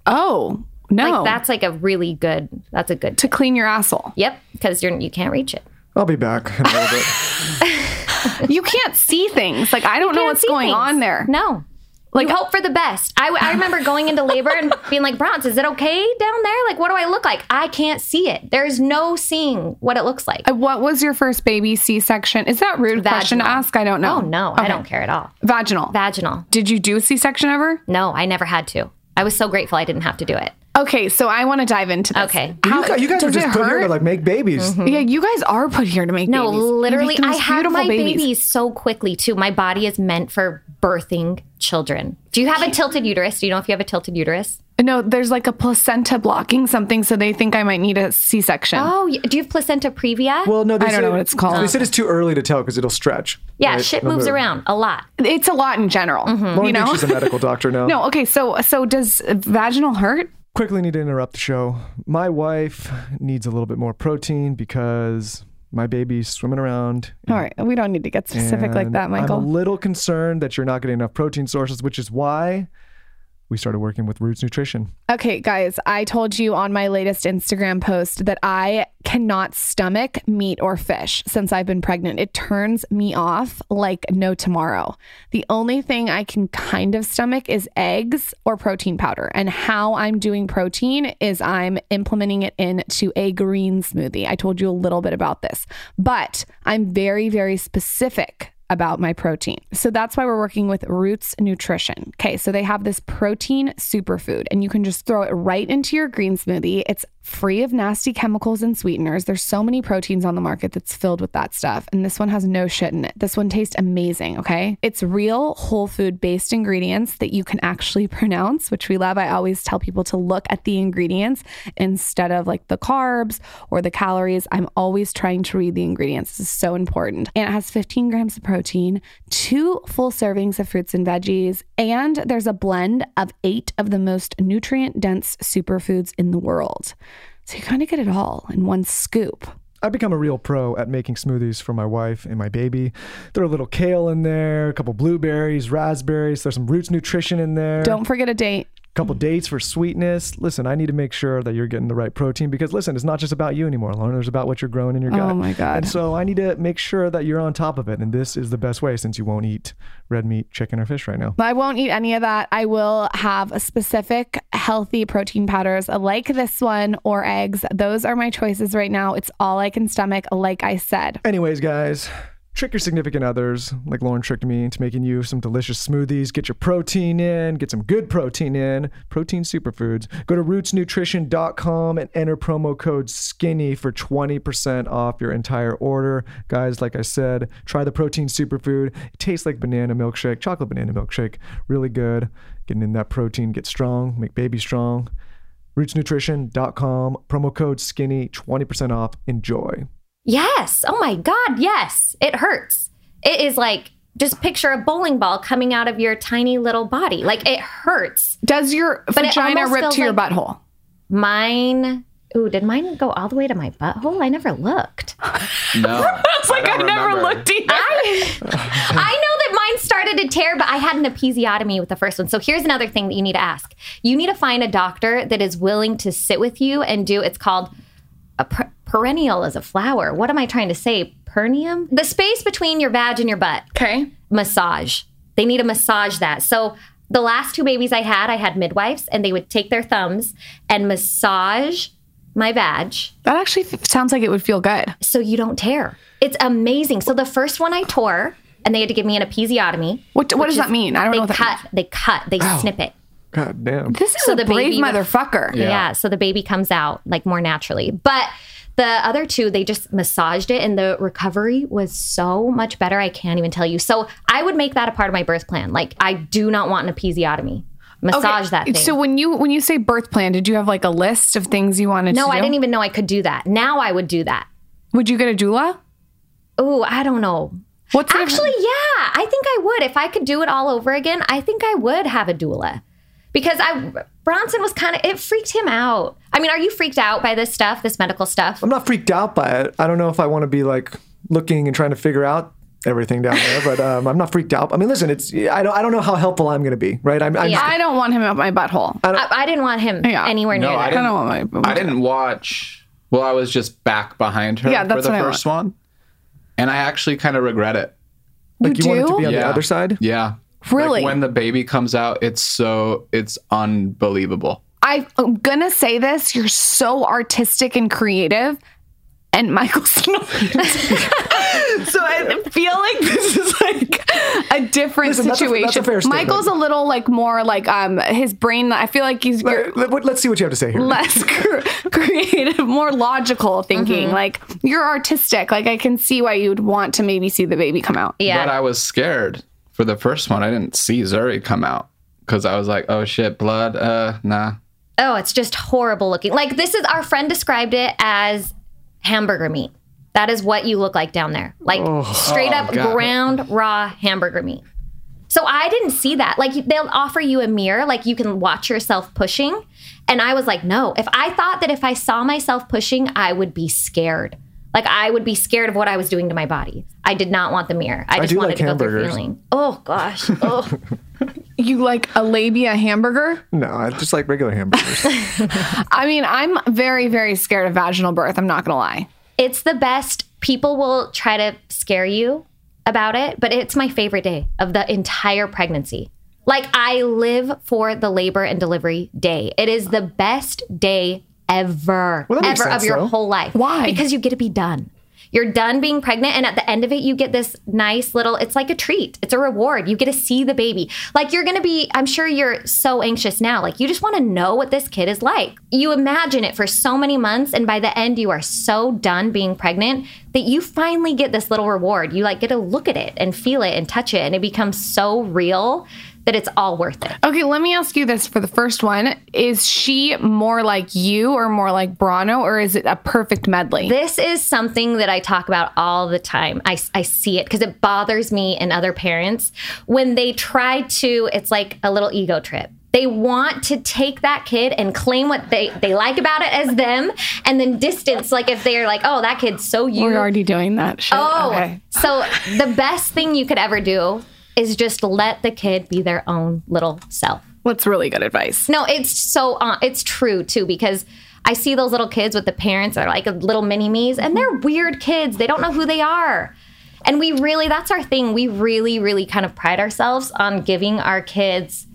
S7: Oh no,
S5: Like that's like a really good. That's a good.
S7: to clean your asshole.
S5: yep, because you're you can't reach it.
S6: I'll be back in a little bit.
S7: You can't see things. Like I don't know
S5: Can't
S7: what's
S5: see
S7: going
S5: things.
S7: on there.
S5: No. Like, hope for the best. I, I remember going into labor and being like, Bronze, is it okay down there? Like, what do I look like? I can't see it. There's no seeing what it looks like.
S7: What was your first baby C-section? Is that a rude question to
S5: Vaginal.
S7: ask? I don't know.
S5: Oh no, I
S7: Okay.
S5: don't care at all.
S7: Vaginal.
S5: Vaginal.
S7: Did you do a C-section ever?
S5: No, I never had to. I was so grateful I didn't have to do it.
S7: Okay, so I want to dive into this.
S5: Okay.
S7: How,
S6: you guys, you guys are
S7: does
S6: just
S7: it
S6: put here to
S7: hurt? Mm-hmm.
S6: like make babies.
S7: yeah, you guys are put here to make
S5: No,
S7: babies. You make
S5: literally,
S7: the
S5: I
S7: most
S5: had
S7: beautiful
S5: my babies. so quickly too. My body is meant for birthing children. Do you have a tilted uterus? Do you know if you have a tilted uterus?
S7: No, there's like a placenta blocking something, so they think I might need a C-section.
S5: Oh, y- do you have placenta previa?
S6: Well, no, they
S7: I don't
S6: said-
S7: know what it's called.
S6: They said it's too early to tell because it'll stretch.
S5: yeah,
S6: right?
S5: shit
S6: It'll
S5: moves
S6: move.
S5: around a lot.
S7: It's a lot in general.
S5: Mm-hmm.
S6: Lauren
S7: You know.
S6: Beach is a medical doctor now.
S7: No, okay. So, so does vaginal hurt?
S6: Quickly need to interrupt the show. My wife needs a little bit more protein because my baby's swimming around.
S7: All right, we don't need to get specific like
S6: and
S7: that,
S6: I'm a
S7: Michael.
S6: little concerned that you're not getting enough protein sources, which is why we started working with Roots Nutrition.
S7: Okay, guys, I told you on my latest Instagram post that I cannot stomach meat or fish since I've been pregnant. It turns me off like no tomorrow. The only thing I can kind of stomach is eggs or protein powder. And how I'm doing protein is I'm implementing it into a green smoothie. I told you a little bit about this, but I'm very, very specific about my protein. So that's why we're working with Roots Nutrition. Okay, so they have this protein superfood and you can just throw it right into your green smoothie. It's free of nasty chemicals and sweeteners. There's so many proteins on the market that's filled with that stuff and this one has no shit in it. This one tastes amazing, okay? It's real whole food based ingredients that you can actually pronounce, which we love. I always tell people to look at the ingredients instead of like the carbs or the calories. I'm always trying to read the ingredients. This is so important. And it has 15 grams of protein, two full servings of fruits and veggies, and there's a blend of eight of the most nutrient dense superfoods in the world. So you kind of get it all in one scoop.
S6: I've become a real pro at making smoothies for my wife and my baby. Throw a little kale in there, a couple blueberries, raspberries. There's some Roots Nutrition in there.
S7: Don't forget a date.
S6: couple dates for sweetness. Listen, I need to make sure that you're getting the right protein because listen, it's not just about you anymore, Lauren. It's about what you're growing in your gut.
S7: Oh my God.
S6: And so I need to make sure that you're on top of it. And this is the best way since you won't eat red meat, chicken, or fish right now.
S7: I won't eat any of that. I will have specific healthy protein powders like this one or eggs. Those are my choices right now. It's all I can stomach, like I said.
S6: Anyways, guys, trick your significant others, like Lauren tricked me, into making you some delicious smoothies. Get your protein in, get some good protein in, protein superfoods. Go to rootsnutrition.com and enter promo code SKINNY for 20% off your entire order. Guys, like I said, try the protein superfood. It tastes like banana milkshake, chocolate banana milkshake. Really good. Getting in that protein, get strong, make baby strong. Rootsnutrition.com, promo code SKINNY, 20% off. Enjoy.
S5: Yes. Oh my God. Yes. It hurts. It is like just picture a bowling ball coming out of your tiny little body. Like it hurts.
S7: Does your
S5: it
S7: vagina
S5: almost
S7: rip
S5: feels
S7: to your
S5: like-
S7: butthole?
S5: Mine. Ooh, did mine go all the way to my butthole? I never looked.
S8: No, it's like I, never looked.
S5: I, I know that mine started to tear, but I had an episiotomy with the first one. So here's another thing that you need to ask. You need to find a doctor that is willing to sit with you and do it's called a per- perennial is a flower. What am I trying to say? Pernium? The space between your vag and your butt.
S7: Okay.
S5: massage. They need to massage that. So the last two babies I had, I had midwives, and they would take their thumbs and massage my vag
S7: That actually f- sounds like it would feel good.
S5: so you don't tear. It's amazing. So the first one I tore, and they had to give me an episiotomy.
S7: What- what
S5: which
S7: does that mean? I don't
S5: they
S7: know what Oh, that
S5: cut, They cut. They snip it.
S6: God damn.
S7: This is
S5: So
S7: a
S5: the
S7: brave
S5: baby would-
S7: motherfucker.
S5: Yeah. So the baby comes out like more naturally. But the other two, they just massaged it and the recovery was so much better. I can't even tell you. So I would make that a part of my birth plan. Like, I do not want an episiotomy. Massage that thing.
S7: So when you when you say birth plan, did you have like a list of things you wanted to
S5: no,
S7: do?
S5: I didn't even know I could do that. Now I would do that.
S7: Would you get a doula?
S5: Oh, I don't know.
S7: What's the
S5: Actually, yeah, I think I would. If I could do it all over again, I think I would have a doula. Because I Bronson was kind of it freaked him out. I mean, are you freaked out by this stuff, this medical stuff?
S6: I'm not freaked out by it. I don't know if I want to be like looking and trying to figure out everything down there, but um, I'm not freaked out. I mean, listen, it's I don't I don't know how helpful I'm going to be, right? I'm, I'm
S5: Yeah.
S7: I don't want him up my butthole. I
S5: I, I didn't want him
S7: Yeah.
S5: anywhere near
S8: No, Oh, I
S5: that.
S7: don't,
S8: didn't-
S7: want my.
S8: I didn't watch. Well, I was just back behind her
S7: Yeah,
S8: for
S7: that's
S8: the
S7: what I
S8: first one, and I actually kind of regret it.
S6: like you, want it to
S7: do?
S6: be on the
S8: Yeah.
S6: other side.
S8: Yeah,
S7: Really?
S8: Like, when the baby comes out, it's so it's unbelievable.
S7: I, am gonna say this. You're so artistic and creative, and Michael's not. so I feel like this is like a different
S6: Listen, that's a-
S7: situation.
S6: that's a fair statement.
S7: Michael's a little like more like um his brain. I feel like he's you're-
S6: Let, us see what you have to say here.
S7: less cr- creative, more logical thinking.
S6: Mm-hmm.
S7: Like you're artistic. Like I can see why you'd want to maybe see the baby come out.
S5: Yeah.
S8: But I was scared for the first one. I didn't see Zuri come out because I was like, oh shit, blood. Uh, nah.
S5: oh, it's just horrible looking. Like this is our friend described it as hamburger meat. That is what you look like down there. Like
S6: Oh.
S5: straight up
S8: God.
S5: ground raw hamburger meat. So I didn't see that. Like they'll offer you a mirror, like you can watch yourself pushing. And I was like, no. If I thought that if I saw myself pushing, I would be scared. Like I would be scared of what I was doing to my body. I did not want the mirror. I just
S6: do
S5: wanted
S6: like
S5: to go through
S6: hamburgers.
S5: feeling. Oh gosh. Oh.
S7: You like a labia hamburger?
S6: No, I just like regular hamburgers.
S7: I mean, I'm very, very scared of vaginal birth. I'm not gonna lie.
S5: it's the best. People will try to scare you about it, but it's my favorite day of the entire pregnancy. Like I live for the labor and delivery day. It is the best day ever,
S6: Well, that
S5: ever
S6: makes sense,
S5: of your
S6: though.
S5: whole life. Why? Because you get to be done. You're done being pregnant, and at the end of it, you get this nice little. It's like a treat. It's a reward. You get to see the baby. Like you're gonna be. I'm sure you're so anxious now. Like you just want to know what this kid is like. You imagine it for so many months, and by the end, you are so done being pregnant that you finally get this little reward. You like get to look at it and feel it and touch it, and it becomes so real that it's all worth it.
S7: Okay, let me ask you this for the first one. Is she more like you or more like Brano, or is it a perfect medley?
S5: This is something that I talk about all the time. I, I see it because it bothers me and other parents when they try to, it's like a little ego trip. They want to take that kid and claim what they, they like about it as them and then distance. Like if they're like, oh, that kid's so you.
S7: We're already doing that shit.
S5: Oh,
S7: Okay.
S5: so the best thing you could ever do is just let the kid be their own little self.
S7: That's really good advice.
S5: No, it's so uh, it's true too because I see those little kids with the parents that are like little mini me's, and they're weird kids. They don't know who they are, and we really that's our thing. We really, really kind of pride ourselves on giving our kids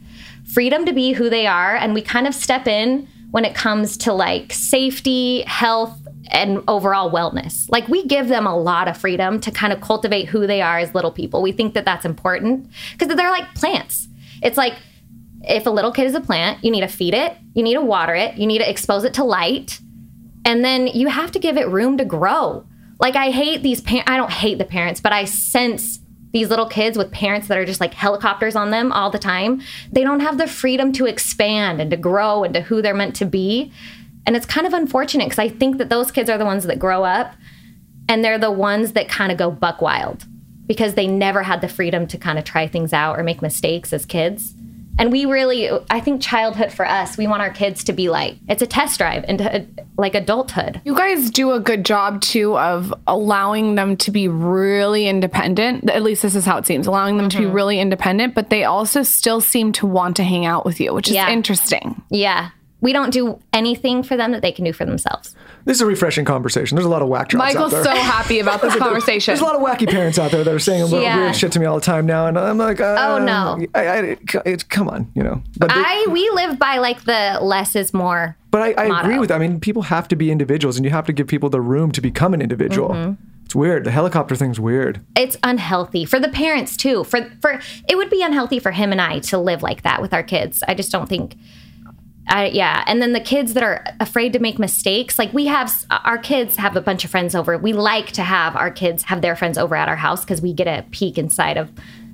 S5: freedom to be who they are, and we kind of step in when it comes to like safety, health. And overall wellness. Like, we give them a lot of freedom to kind of cultivate who they are as little people. We think that that's important because they're like plants. It's like if a little kid is a plant, you need to feed it, you need to water it, you need to expose it to light, and then you have to give it room to grow. Like I hate these parents. I don't hate the parents, but I sense these little kids with parents that are just like helicopters on them all the time. They don't have the freedom to expand and to grow and to who they're meant to be. And it's kind of unfortunate because I think that those kids are the ones that grow up and they're the ones that kind of go buck wild because they never had the freedom to kind of try things out or make mistakes as kids. And we really, I think childhood for us, we want our kids to be like, it's a test drive into uh, like adulthood.
S7: You guys do a good job too of allowing them to be really independent. At least this is how it seems, allowing them to be really independent, but they also still seem to want to hang out with you, which is
S5: Yeah.
S7: interesting.
S5: Yeah. We don't do anything for them that they can do for themselves.
S6: this is a refreshing conversation. There's a lot of whack jobs
S7: Michael's
S6: out
S7: so
S6: there.
S7: happy about this conversation.
S6: There's a lot of wacky parents out there that are saying a little
S5: Yeah.
S6: weird shit to me all the time now, and I'm like, uh,
S5: Oh, no.
S6: I, I, it, come on, you know. But they-
S5: I we live by like the less is more.
S6: But I,
S5: motto.
S6: I
S5: Mm-hmm.
S6: agree with. I mean, people have to be individuals, and you have to give people the room to become an individual. It's weird. The helicopter thing's weird.
S5: it's unhealthy for the parents too for for it would be unhealthy for him and i to live like that with our kids i just don't think I, yeah and then the kids that are afraid to make mistakes like we have s- our kids have a bunch of friends over we like to have our kids have their friends over at our house because we get a peek inside of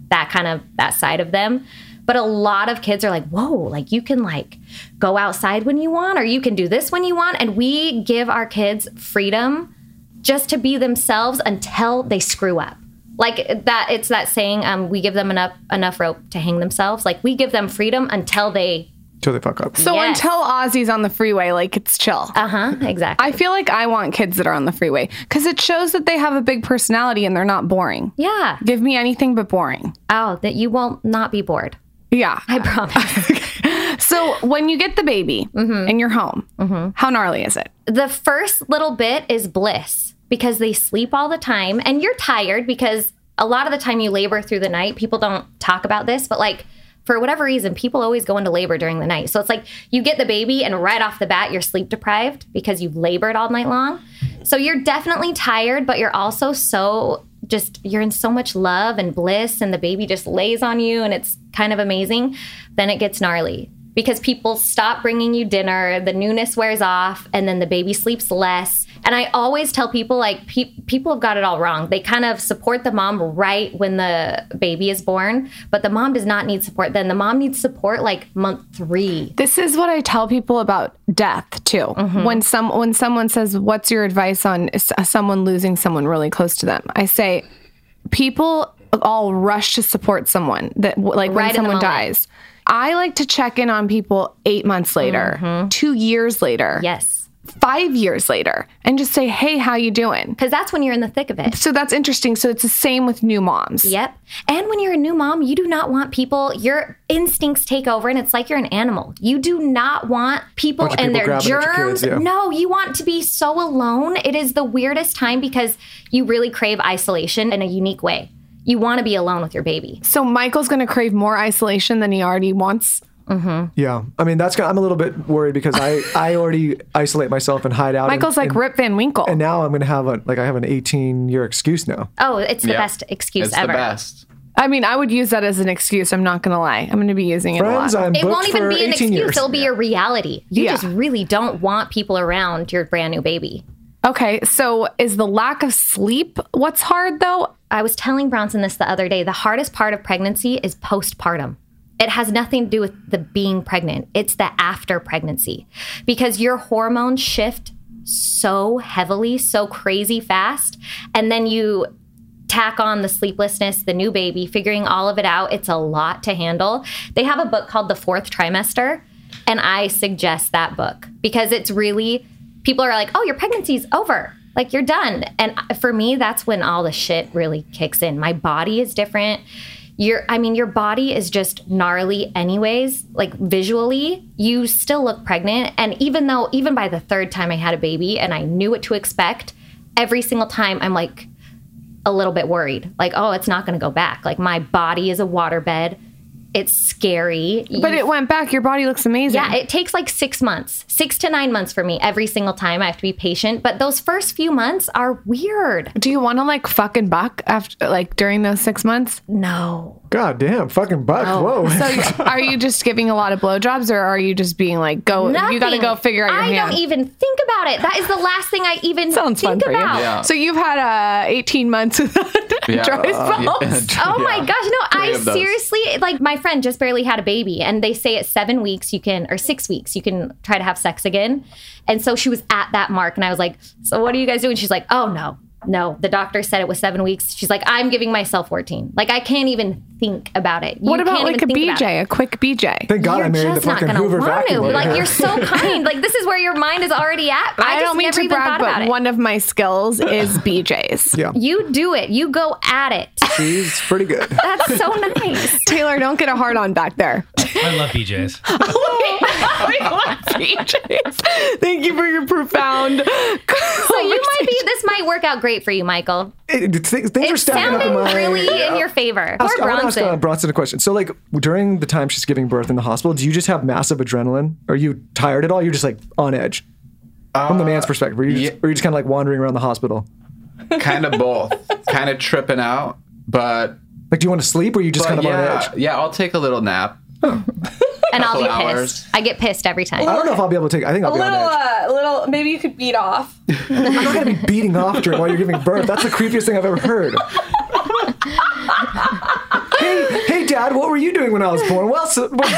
S5: that kind of that side of them but a lot of kids are like whoa like you can like go outside when you want or you can do this when you want and we give our kids freedom just to be themselves until they screw up. Like that, it's that saying, um, we give them enough enough rope to hang themselves. Like we give them freedom until they,
S6: Till they fuck up.
S7: So
S5: Yes.
S7: until Ozzy's on the freeway, like it's chill.
S5: uh huh, exactly.
S7: I feel like I want kids that are on the freeway because it shows that they have a big personality and they're not boring.
S5: yeah.
S7: Give me anything but boring.
S5: Oh, that you won't not be bored.
S7: Yeah.
S5: I promise. Mm-hmm.
S7: So when you get the baby and you're home, how gnarly is it?
S5: the first little bit is bliss because they sleep all the time and you're tired because a lot of the time you labor through the night. People don't talk about this, but like for whatever reason, people always go into labor during the night. So it's like you get the baby and right off the bat, you're sleep deprived because you've labored all night long. So you're definitely tired, but you're also so just, you're in so much love and bliss, and the baby just lays on you and it's kind of amazing. Then it gets gnarly because people stop bringing you dinner, the newness wears off, and then the baby sleeps less. And I always tell people like pe- people have got it all wrong. They kind of support the mom right when the baby is born, but the mom does not need support then. The mom needs support like month 3.
S7: This is what I tell people about death too.
S5: Mm-hmm.
S7: When some when someone says, "What's your advice on s- someone losing someone really close to them?" I say, people all rush to support someone that
S5: Right
S7: like
S5: in
S7: when
S5: the
S7: someone
S5: moment.
S7: dies. I like to check in on people eight months later,
S5: Mm-hmm.
S7: two years later,
S5: Yes.
S7: five years later, and just say, "Hey, how you doing?"
S5: Cuz that's when you're in the thick of it.
S7: So that's interesting. So it's the same with new moms.
S5: Yep. And when you're a new mom, you do not want people, your instincts take over and it's like you're an animal. You do not want people
S6: Bunch of
S5: and
S6: people
S5: their
S6: grabbing at your
S5: germs.
S6: kids, yeah.
S5: No, you want to be so alone. It is the weirdest time because you really crave isolation in a unique way. You want to be alone with your baby.
S7: So Michael's going to crave more isolation than he already wants.
S6: Yeah. I mean, that's. gonna- I'm a little bit worried because I I already isolate myself and hide out.
S7: Michael's
S6: and,
S7: like
S6: and,
S7: Rip Van Winkle.
S6: And now I'm gonna have a like I have an 18 year excuse now.
S5: Oh, it's the
S8: Yeah.
S5: best excuse
S8: it's
S5: ever.
S8: the best.
S7: I mean, I would use that as an excuse. I'm not going to lie. I'm going to be using it
S6: Friends,
S7: a lot.
S6: I'm
S5: It
S6: booked
S5: won't even
S6: for
S5: be an
S6: 18
S5: excuse.
S6: years.
S5: It'll be a reality. You
S7: Yeah.
S5: just really don't want people around your brand new baby.
S7: okay, so is the lack of sleep what's hard though?
S5: I was telling Bronson this the other day. The hardest part of pregnancy is postpartum. It has nothing to do with the being pregnant. It's the after pregnancy because your hormones shift so heavily, so crazy fast. And then you tack on the sleeplessness, the new baby, figuring all of it out. It's a lot to handle. They have a book called The Fourth Trimester, and I suggest that book because it's really people are like, "Oh, your pregnancy's over." Like you're done. And I- for me, that's when all the shit really kicks in. My body is different. Your I mean, your body is just gnarly anyways. Like visually, you still look pregnant and even though even by the third time I had a baby and I knew what to expect, every single time I'm like a little bit worried. Like, oh, it's not going to go back. Like, my body is a waterbed. It's scary.
S7: But it went back. Your body looks amazing.
S5: yeah, it takes like six months, six to nine months for me every single time. I have to be patient. But those first few months are weird.
S7: Do you want to like fucking buck after like during those six months?
S5: No.
S6: God damn, fucking buck.
S5: Oh.
S6: Whoa.
S7: So are you just giving a lot of blowjobs, or are you just being like, go? You got to
S5: Nothing.
S7: go figure out your
S5: I
S7: hand.
S5: don't even think about it. That is the last thing I even
S7: Sounds fun
S5: think
S7: for you.
S5: about.
S8: Yeah.
S7: So you've had uh, 18 months of
S8: Yeah. Uh,
S7: dry spells.
S8: Yeah.
S5: Oh my gosh, no,
S8: Three
S5: I
S8: of those.
S5: seriously like my friend just barely had a baby and they say at 7 weeks you can or 6 weeks you can try to have sex again. And so she was at that mark and I was like, "So what are you guys doing?" She's like, "Oh no. No, the doctor said it was 7 weeks." She's like, "I'm giving myself 14." Like I can't even think about it. You
S7: What about
S5: can't
S7: like a
S5: even think about it.
S7: BJ, a quick BJ?
S6: Thank God
S5: You're
S6: I married the
S5: just not
S6: fucking
S5: gonna
S6: Hoover
S5: want to.
S6: vacuum.
S5: Like
S6: cleaner.
S5: you're so kind. Like this is where your mind is already at. I,
S7: I
S5: just
S7: don't mean
S5: never
S7: to
S5: even
S7: brag,
S5: thought about
S7: but
S5: it.
S7: one of my skills is BJ's.
S6: yeah,
S5: you do it. You go at it.
S6: she's pretty good.
S5: That's so nice.
S7: Taylor, don't get a hard on back there.
S10: I love BJ's.
S7: We love BJ's. Thank you for your profound.
S5: So you might be. This might work out great for you, Michael.
S6: It- it- things things are
S5: It's
S6: stacking up
S5: sounding
S6: in my uh,
S5: really in your favor. Poor
S6: Ask, I want to ask
S5: Bronson.
S6: uh, Bronson a question. So, like, during the time she's giving birth in the hospital, do you just have massive adrenaline? Are you tired at all? You're just like on edge. From the man's perspective, or you just,
S8: yeah.
S6: or you just kind of like wandering around the hospital.
S8: kind of both, kind of tripping out, but,
S6: Like, do you want to sleep or are you just
S8: but
S6: kind of on
S8: yeah,
S6: edge?
S8: yeah, I'll take a little nap.
S5: and I'll be
S8: Couple
S5: pissed. I get pissed every time.
S6: I don't know if I'll be able to take. I think I'll be
S7: little,
S6: on edge.
S7: uh, little. Maybe you could beat off.
S6: I'm not gonna be beating off during while you're giving birth. That's the creepiest thing I've ever heard. hey, hey, Dad, what were you doing when I was born? Well, so, well,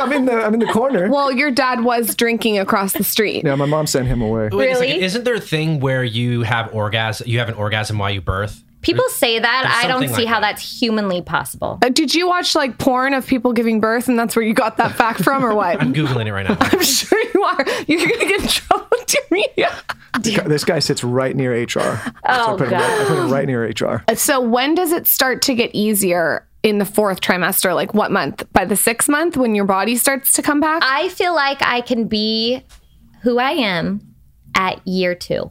S6: I'm in the I'm in the corner.
S7: Well, your dad was drinking across the street.
S6: yeah, my mom sent him away.
S10: Wait a second,
S5: Really?
S10: Isn't there a thing where you have orgasm? You have an orgasm while you birth?
S5: People say that.
S10: there's
S5: I don't
S10: something
S5: see
S10: like
S5: how
S10: that.
S5: that's humanly possible.
S7: Uh, Did you watch like porn of people giving birth, and that's where you got that fact from, or what?
S10: I'm googling it right now.
S7: I'm sure you are. You're gonna get in trouble with your media.
S6: This guy- This guy sits right near HR. Oh, I put, him right, I put him right near HR.
S7: So when does it start to get easier in the fourth trimester? Like what month? By the sixth month, when your body starts to come back?
S5: I feel like I can be who I am at year two.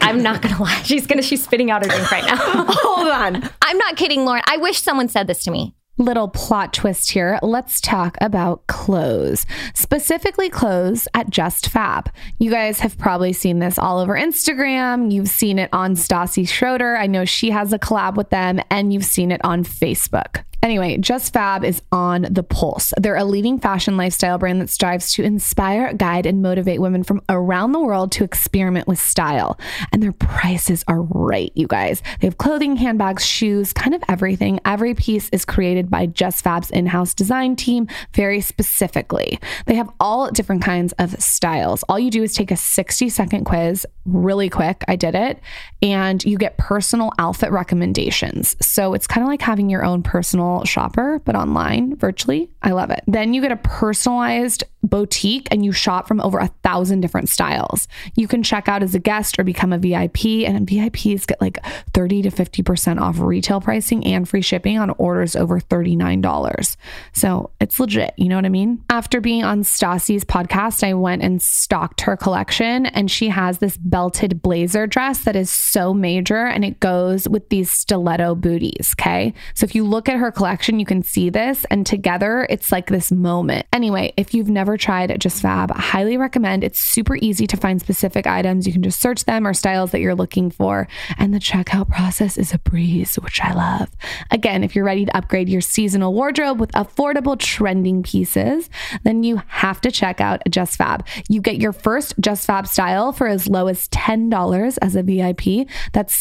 S5: I'm not gonna lie. She's gonna she's spitting out her drink right now.
S7: Hold on.
S5: I'm not kidding, Lauren. I wish someone said this to me.
S7: Little plot twist here. Let's talk about clothes, specifically clothes at Just Fab. You guys have probably seen this all over Instagram. You've seen it on Stassi Schroeder. I know she has a collab with them, and you've seen it on Facebook. Anyway, Just Fab is on the pulse. They're a leading fashion lifestyle brand that strives to inspire, guide, and motivate women from around the world to experiment with style. And their prices are right, you guys. They have clothing, handbags, shoes, kind of everything. Every piece is created by Just Fab's in house design team very specifically. They have all different kinds of styles. All you do is take a 60 second quiz really quick. I did it. And you get personal outfit recommendations. So it's kind of like having your own personal shopper, but online virtually. I love it. Then you get a personalized boutique and you shop from over a thousand different styles. You can check out as a guest or become a VIP, and VIPs get like 30 to 50% off retail pricing and free shipping on orders over $39. So it's legit. You know what I mean? After being on Stassi's podcast, I went and stocked her collection, and she has this belted blazer dress that is so major and it goes with these stiletto booties. Okay. So if you look at her collection, you can see this, and together it's like this moment. Anyway, if you've never tried Just Fab, I highly recommend. It's super easy to find specific items. You can just search them or styles that you're looking for. And the checkout process is a breeze, which I love. Again, if you're ready to upgrade your seasonal wardrobe with affordable trending pieces, then you have to check out Just Fab. You get your first Just Fab style for as low as $10 as a VIP. That's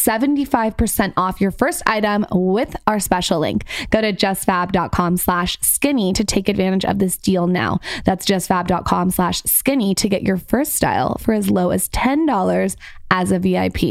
S7: 75% off your first item with our special link. Go to justfab.com slash skinny to take advantage of this deal now. That's justfab.com slash skinny to get your first style for as low as $10 as a VIP.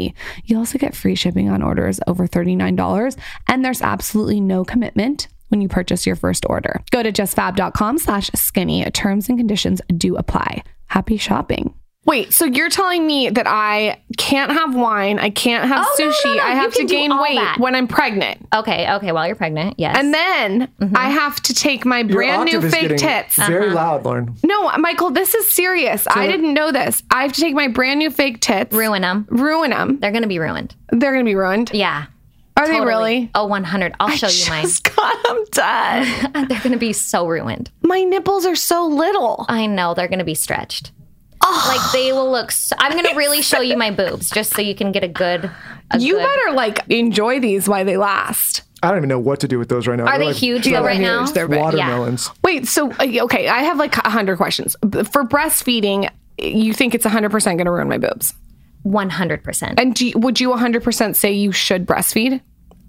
S7: You also get free shipping on orders over $39 and there's absolutely no commitment when you purchase your first order. Go to justfab.com slash skinny. Terms and conditions do apply. Happy shopping.
S11: Wait, so you're telling me that I can't have wine, I can't have
S5: Oh, no,
S11: sushi,
S5: no, no,
S11: I
S5: you
S11: have to
S5: can do
S11: gain
S5: all
S11: weight
S5: that.
S11: when I'm pregnant.
S5: Okay, okay, while you're pregnant, yes.
S11: And then I have to take my
S6: Your
S11: brand new
S6: octave is
S11: fake
S6: getting
S11: tits.
S6: Very loud, Lauren.
S11: No, Michael, this is serious. I didn't know this. I have to take my brand new fake tits,
S5: ruin them.
S11: ruin them.
S5: They're gonna be ruined.
S11: They're going to be ruined.
S5: Yeah.
S11: Are they
S5: totally.
S11: really?
S5: Oh, 100. I'll show you mine.
S11: Just got them done.
S5: They're gonna be so ruined.
S11: My nipples are so little.
S5: I know they're gonna be stretched. Like they will look. So, I'm gonna really show you my boobs just so you can get a good. A
S11: You
S5: good-
S11: better like enjoy these while they last.
S6: I don't even know what to do with those right now.
S5: Are they
S6: like
S5: huge though right now?
S6: They're watermelons.
S11: Wait, so uh, okay, I have like 100 questions. B- For breastfeeding, you think it's 100% going to ruin my boobs?
S5: 100. percent
S11: And do you, would you 100% say you should breastfeed?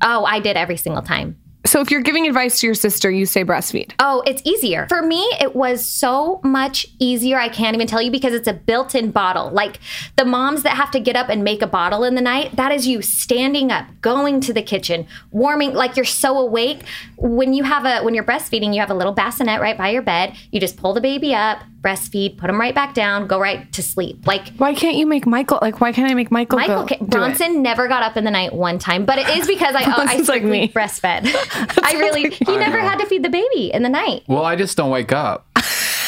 S5: Oh, I did every single time.
S11: So if you're giving advice to your sister, you say breastfeed.
S5: Oh, it's easier. For me, it was so much easier. I can't even tell you because it's a built in bottle. Like the moms that have to get up and make a bottle in the night, that is you standing up, going to the kitchen, warming, like you're so awake. When you have a, when you're breastfeeding, you have a little bassinet right by your bed. You just pull the baby up, breastfeed, put them right back down, go right to sleep. Like
S11: Why can't you make Michael like why can't I make Michael
S5: Michael
S11: go
S5: K-
S11: do it?
S5: Bronson never got up in the night one time, but it is because I, oh, I
S11: Bronson's like
S5: strictly
S11: me.
S5: breastfed. I really, he never had to feed the baby in the night.
S8: Well, I just don't wake up.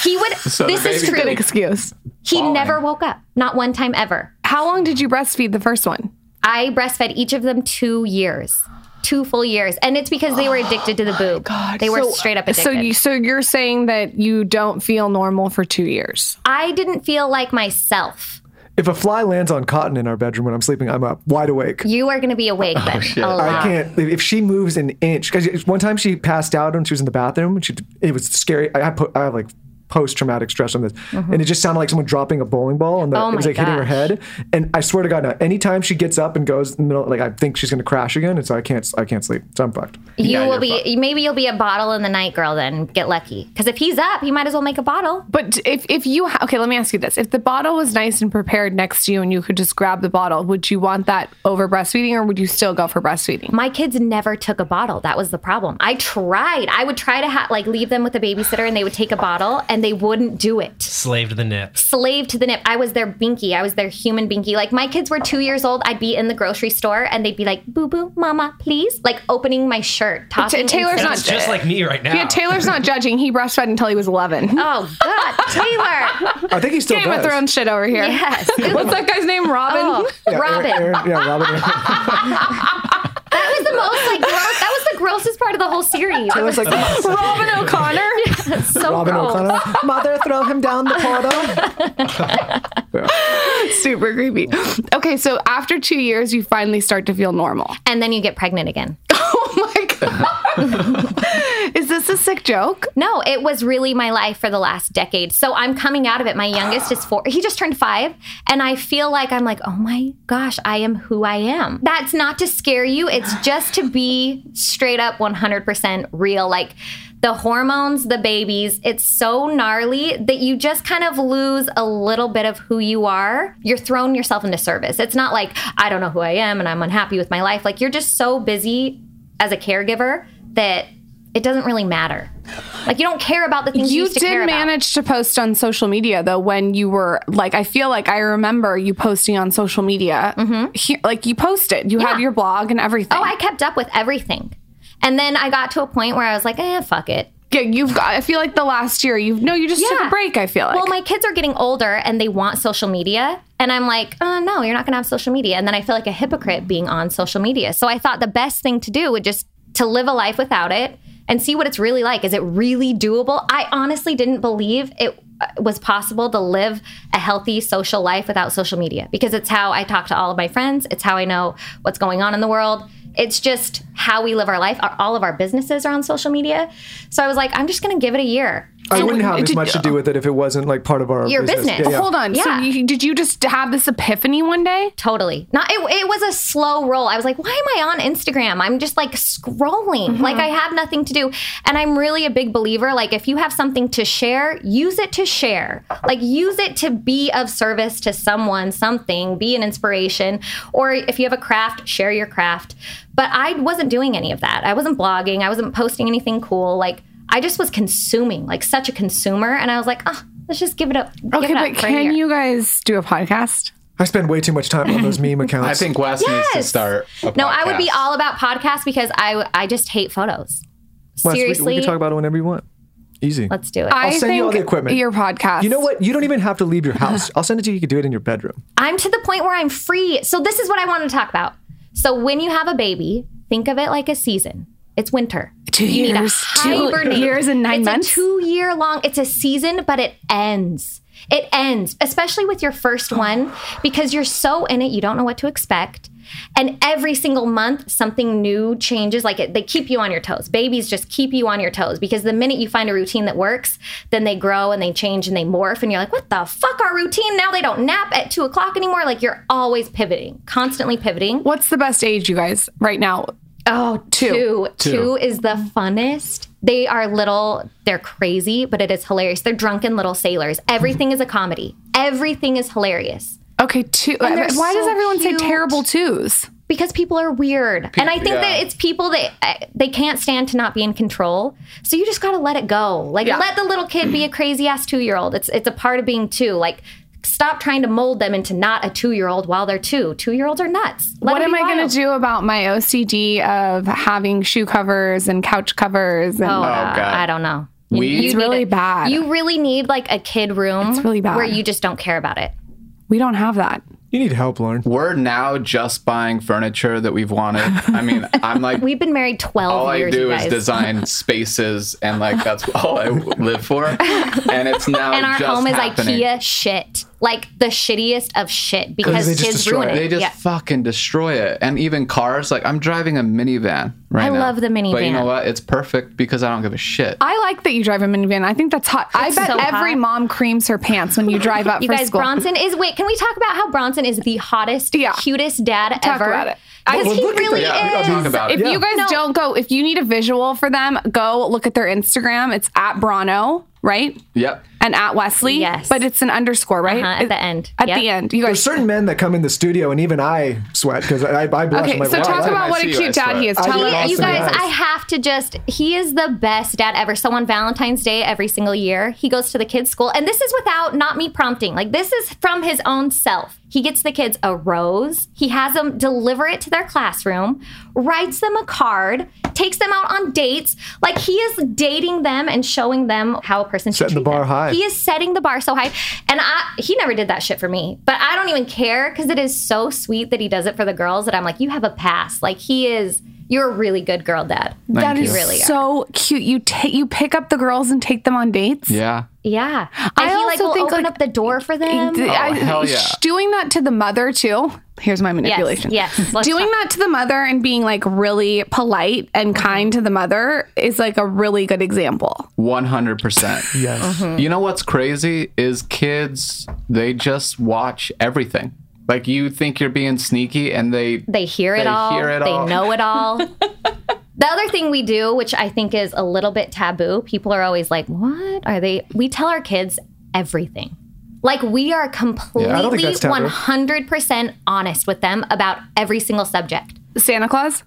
S5: He would.
S8: So the
S5: this is
S8: baby's
S5: true.
S8: gonna
S11: excuse.
S5: He
S8: falling.
S5: never woke up. Not one time ever.
S11: How long did you breastfeed the first one?
S5: I breastfed each of them two years, two full years, and it's because they were addicted to the boob. They were straight up addicted.
S11: So you so you're saying that you don't feel normal for 2 years.
S5: I didn't feel like myself.
S6: If a fly lands on cotton in our bedroom when I'm sleeping, I'm up, wide awake.
S5: You are going to be awake then.
S8: shit.
S5: A
S6: I
S5: lot.
S6: can't. If if she moves an inch, because one time she passed out when she was in the bathroom, and she it was scary. I, I put I have like post traumatic stress on this, and it just sounded like someone dropping a bowling ball, and the,
S5: Oh
S6: it was
S5: my
S6: like hitting her
S5: gosh.
S6: head. And I swear to God, now anytime she gets up and goes in the middle, like I think she's gonna crash again, and so I can't I can't sleep. So I'm fucked.
S5: You
S8: Yeah,
S5: will
S8: you're
S5: be maybe you'll be a bottle in the night, girl. Then get lucky because if he's up, he might as well make a bottle.
S7: But if if you ha- okay, let me ask you this: If the bottle was nice and prepared next to you, and you could just grab the bottle, would you want that over breastfeeding, or would you still go for breastfeeding?
S5: My kids never took a bottle. That was the problem. I tried. I would try to ha- like leave them with a babysitter, and they would take a bottle, and they wouldn't do it.
S10: Slave to the nips.
S5: slave to the nip. I was their binky. I was their human binky. Like my kids were two years old. I'd be in the grocery store and they'd be like, "Boo boo, mama, please!" Like opening my shirt.
S7: Ta-
S5: Tossing and
S7: Taylor's
S5: saying-
S7: not
S10: It's just like me right now.
S7: Yeah, Taylor's not judging. He breastfed until he was eleven.
S5: Oh God, Taylor.
S6: I think he still
S7: Game of
S6: does.
S7: Thrones shit over here.
S5: Yes.
S7: What's that guy's name? Robin.
S5: Oh,
S6: Yeah,
S5: Robin.
S6: Aaron- Aaron- yeah, Robin.
S5: That was the most like. Gross, that was the grossest part of the whole series. It
S6: Taylor's
S5: was
S6: like
S7: Robin O'Connor.
S5: so
S6: Robin
S5: gross.
S6: O'Connor. Mother, throw him down the portal.
S7: Super creepy. Okay, so after two years, you finally start to feel normal.
S5: And then you get pregnant again.
S7: Oh my god! Is this a sick joke?
S5: No, it was really my life for the last decade. So I'm coming out of it. My youngest is four. He just turned five. And I feel like I'm like, oh my gosh, I am who I am. That's not to scare you. It's just to be straight up 100% real. Like the hormones, the babies, it's so gnarly that you just kind of lose a little bit of who you are. You're throwing yourself into service. It's not like, I don't know who I am and I'm unhappy with my life. Like you're just so busy as a caregiver that it doesn't really matter. Like you don't care about the things you,
S7: You
S5: used to care
S7: did
S5: about.
S7: manage to post on social media though when you were like I feel like I remember you posting on social media. He- like you posted, you had
S5: Mm-hmm. Yeah.
S7: your blog and everything.
S5: Oh, I kept up with everything, and then I got to a point where I was like, eh, fuck it.
S7: yeah, you've got. I feel like the last year you've no, you just took
S5: Yeah.
S7: a break. I feel like.
S5: Well, my kids are getting older and they want social media. And I'm like, oh, no, you're not going to have social media. And then I feel like a hypocrite being on social media. So I thought the best thing to do would just to live a life without it and see what it's really like. Is it really doable? I honestly didn't believe it uh, was possible to live a healthy social life without social media because it's how I talk to all of my friends. It's how I know what's going on in the world. It's just how we live our life. Our, all of our businesses are on social media. So I was like, I'm just going to give it a year.
S6: I wouldn't have as
S7: Did-
S6: much to do with it if it wasn't like part of our
S5: Your business.
S6: Yeah, yeah.
S7: Hold on. So
S5: Yeah.
S7: you, did you just have this epiphany one day?
S5: totally not it, it was a slow roll i was like why am i on instagram i'm just like scrolling
S7: Mm-hmm.
S5: like i have nothing to do and i'm really a big believer like if you have something to share use it to share like use it to be of service to someone something be an inspiration or if you have a craft share your craft but i wasn't doing any of that i wasn't blogging i wasn't posting anything cool like i just was consuming like such a consumer and i was like oh let's just give it up give
S7: Okay,
S5: it up
S7: but
S5: for a year."
S7: can you guys do a podcast?
S6: I spend way too much time on those meme accounts.
S8: I think Wes needs to
S5: Yes.
S8: start. A
S5: No, I would be
S8: podcast.
S5: all about podcasts because I I just hate photos.
S6: Wes, we-
S5: Seriously,
S6: we, can talk about it whenever you want. Easy.
S5: let's do it.
S7: I'll
S6: send you all the equipment.
S7: Your podcast.
S6: You know what? You don't even have to leave your house. I'll send it to you. You can do it in your bedroom.
S5: I'm to the point where I'm free. So this is what I want to talk about. So when you have a baby, think of it like a season. It's winter.
S7: Two years. Two
S5: Hibernate.
S7: years and nine
S5: it's
S7: months.
S5: A two year long. It's a season, but it ends. It ends, especially with your first one, because you're so in it, you don't know what to expect. And every single month, something new changes. Like it, they keep you on your toes. Babies just keep you on your toes because the minute you find a routine that works, then they grow and they change and they morph. And you're like, what the fuck, our routine? Now they don't nap at two o'clock anymore. Like you're always pivoting, constantly pivoting.
S7: What's the best age, you guys, right now?
S5: Oh, two. Two is the funnest. They are little, they're crazy, but it is hilarious. They're drunken little sailors. Everything is a comedy. Everything is hilarious
S7: Okay, two. Why
S5: they're
S7: does
S5: so
S7: everyone
S5: cute.
S7: say terrible twos?
S5: because people are weird. and I think that it's people that uh, they can't stand to not be in control. So you just got to let it go. Like let the little kid be a crazy ass 2-year-old. It's it's a part of being 2. Like stop trying to mold them into not a 2-year-old while they're 2. 2-year-olds are nuts. Let
S7: what
S5: them
S7: am
S5: be
S7: I going
S5: wild.
S7: to do about my OCD of having shoe covers and couch covers? And
S5: Oh,
S8: God.
S5: I don't know. You-
S8: We-
S5: you
S8: It's
S5: need
S7: really
S5: a-
S7: bad.
S5: You really need like a kid room.
S7: It's really bad.
S5: Where you just don't care about it.
S7: we don't have that.
S6: You need help, Lauren.
S8: We're now just buying furniture that we've wanted. I mean, I'm like,
S5: We've been married 12
S8: all I
S5: years.
S8: do
S5: you
S8: is
S5: guys.
S8: design spaces, and like that's all I live for. And it's now
S5: and our
S8: just
S5: home is
S8: happening.
S5: IKEA shit. Like the shittiest of shit because
S6: they just
S5: kids
S6: destroy
S5: ruin
S6: it.
S5: it.
S8: They just
S5: yeah.
S8: fucking destroy it. And even cars, like I'm driving a minivan right
S5: I
S8: now.
S5: love the
S8: But you
S5: minivan. Uh,
S8: know what? It's perfect because I don't give a shit.
S7: I like that you drive a minivan. I think that's hot. I bet
S5: so
S7: every
S5: hot.
S7: mom creams her pants when you drive up
S5: You
S7: for
S5: guys,
S7: school.
S5: Bronson is. Wait, can we talk about how Bronson is the hottest,
S7: Yeah.
S5: cutest dad
S7: Talk
S5: ever?
S7: about it. I-
S5: Because
S7: Well,
S5: he
S6: look at
S5: really
S6: that.
S8: Yeah, we gotta
S5: is.
S8: talk
S6: Uh,
S8: about it.
S7: If
S8: Yeah.
S7: you guys
S5: No.
S7: don't go, if you need a visual for them, go look at their Instagram. It's at Brono, right?
S8: Yep.
S7: And at Wesley.
S5: Yes.
S7: But it's an underscore, right?
S5: Uh-huh, at
S7: It-
S5: the end.
S7: At
S5: Yep.
S7: the end. You
S6: There's
S7: guys.
S6: certain men that come in the studio, and even I sweat because I, I blush.
S7: Okay,
S6: I'm like,
S7: so
S6: wow,
S7: talk
S6: I-
S7: about what a
S8: see you, I
S7: cute dad
S8: swear.
S7: he is.
S6: I
S7: Tell
S6: love
S7: us.
S5: He- you
S6: Austin
S5: guys,
S6: Powers.
S5: I have to just, he is the best dad ever. So on Valentine's Day, every single year, he goes to the kids' school. And this is without not me prompting. Like, this is from his own self. He gets the kids a rose, he has them deliver it to their classroom, writes them a card, takes them out on dates. Like, he is dating them and showing them how a person should
S6: Setting the
S5: treat
S6: bar
S5: them.
S6: high.
S5: He is setting the bar so high. And I he never did that shit for me. But I don't even care because it is so sweet that he does it for the girls that I'm like, you have a pass. Like he is you're a really good girl, Dad.
S7: That is
S5: really are.
S7: so cute. You take you pick up the girls and take them on dates.
S8: Yeah.
S5: Yeah. And
S7: I
S5: he like
S7: also
S5: will
S7: think,
S5: open
S7: like,
S5: up the door for them.
S7: Th- I-
S8: Oh, hell yeah.
S7: sh- Doing that to the mother too. Here's my manipulation.
S5: yes, let's
S7: doing
S5: talk. Mm-hmm.
S7: that to the mother and being like really polite and kind to the mother is like a really good example.
S8: One hundred percent. Yes.
S5: Uh-huh.
S8: You know what's crazy is kids. They just watch everything. Like you think you're being sneaky, and they
S5: They hear it
S8: They
S5: all.
S8: hear it
S5: they
S8: all.
S5: know it all. the other thing we do, which I think is a little bit taboo, people are always like, "What are they?" We tell our kids everything. Like we are
S6: I don't think
S5: completely
S6: that's taboo.
S5: one hundred percent honest with them about every single subject.
S7: Santa Claus?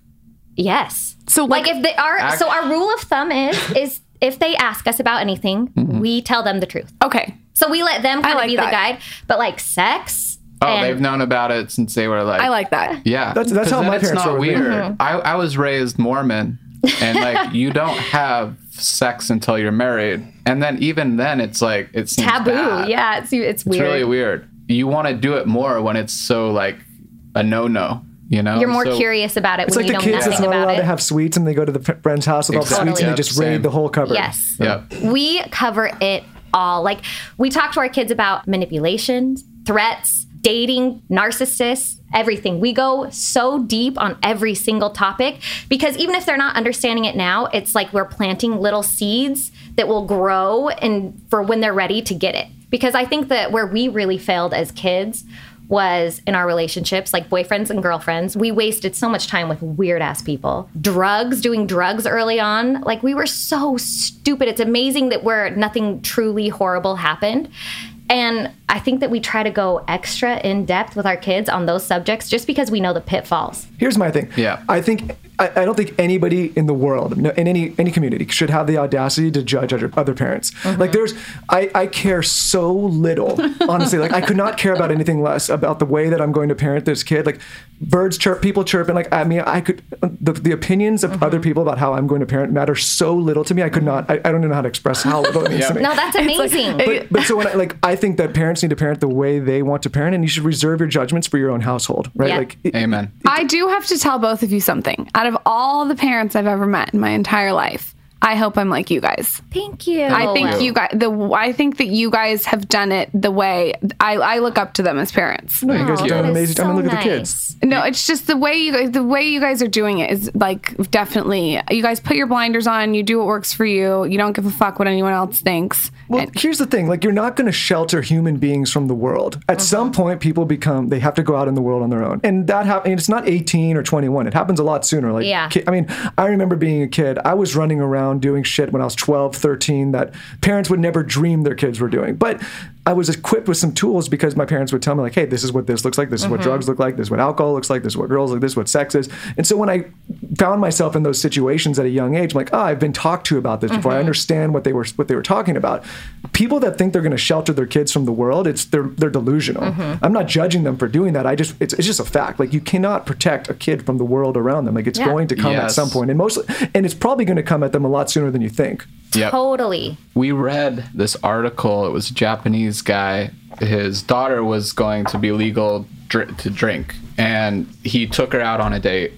S5: Yes.
S7: So,
S5: like,
S7: like-
S5: if they are so our rule of thumb is is if they ask us about anything,
S8: Mm-hmm.
S5: we tell them the truth.
S7: Okay.
S5: So we let them kind
S7: like
S5: of be
S7: that.
S5: the guide. But like sex
S8: oh,
S5: and
S8: they've known about it since they were like
S7: I like that.
S8: Yeah,
S6: That's- that's
S8: 'Cause
S6: how
S8: then
S6: my
S8: it's
S6: parents
S8: not
S6: were with me.
S8: weird.
S5: Uh-huh.
S8: I, I was raised Mormon, and like you don't have sex until you're married, and then even then it's like it seems
S5: taboo.
S8: bad.
S5: Yeah, it's it's
S8: it's
S5: weird.
S8: really weird. You want to do it more when it's so like a no-no. You know,
S5: You're more
S8: So-
S5: curious about it
S6: It's
S5: when
S6: like the
S5: you know
S6: kids that's
S5: nothing
S6: not
S5: about
S6: allowed
S5: it.
S6: to have sweets, and they go to the fr- friend's house with all the
S8: Exactly.
S6: sweets, and they
S8: Yep,
S6: just
S8: same.
S6: raid the whole cupboard.
S5: yes.
S8: Yep.
S5: We cover it all. Like we talk to our kids about manipulations, threats, dating, narcissists, everything. We go so deep on every single topic because even if they're not understanding it now, it's like we're planting little seeds that will grow and for when they're ready to get it. Because I think that where we really failed as kids was in our relationships, like boyfriends and girlfriends. We wasted so much time with weird ass people. Drugs, doing drugs early on. Like we were so stupid. It's amazing that we're nothing truly horrible happened. And I think that we try to go extra in depth with our kids on those subjects just because we know the pitfalls.
S6: Here's my thing.
S8: Yeah.
S6: I think I, I don't think anybody in the world, no, in any any community, should have the audacity to judge other, other parents. Like there's, I I care so little, honestly. like I could not care about anything less about the way that I'm going to parent this kid. Like birds chirp, people chirping. Like I mean, I could the, the opinions of other people about how I'm going to parent matter so little to me. I could not. I, I don't even know how to express how little it means to me.
S5: No, that's amazing.
S6: But, but so when I, like I think that parents need to parent the way they want to parent, and you should reserve your judgments for your own household, right?
S5: Yeah.
S6: Like it-
S8: Amen.
S7: I do have to tell both of you something. Out of all the parents I've ever met in my entire life, I hope I'm like you guys.
S5: Thank you.
S7: I think you guys the I think that you guys have done it the way I, I look up to them as parents.
S6: you guys are
S5: Aw,
S6: doing
S5: that is
S6: amazing. I mean,
S5: so
S6: look at the
S5: nice.
S6: kids.
S7: No, it's just the way you guys the way you guys are doing it is like definitely you guys put your blinders on, you do what works for you, you don't give a fuck what anyone else thinks.
S6: Well, here's the thing: like, you're not going to shelter human beings from the world. At some point, people become they have to go out in the world on their own, and that happens. It's not 18 or 21; it happens a lot sooner. Like,
S5: Yeah.
S6: ki- I mean, I remember being a kid. I was running around doing shit when I was 12, 13 that parents would never dream their kids were doing, but. I was equipped with some tools because my parents would tell me like, "Hey, this is what this looks like. This is what drugs look like. This is what alcohol looks like. This is what girls look. This is what sex is." And so when I found myself in those situations at a young age, I'm like, "Oh, I've been talked to about this before. I understand what they were what they were talking about." People that think they're going to shelter their kids from the world, it's they're they're delusional. I'm not judging them for doing that. I just it's it's just a fact. Like you cannot protect a kid from the world around them. Like it's
S5: Yeah.
S6: going to come at
S8: Yes.
S6: some point, and mostly and it's probably going to come at them a lot sooner than you think.
S8: Yep.
S5: Totally.
S8: we read this article. It was a Japanese guy. His daughter was going to be legal dr- to drink, and he took her out on a date.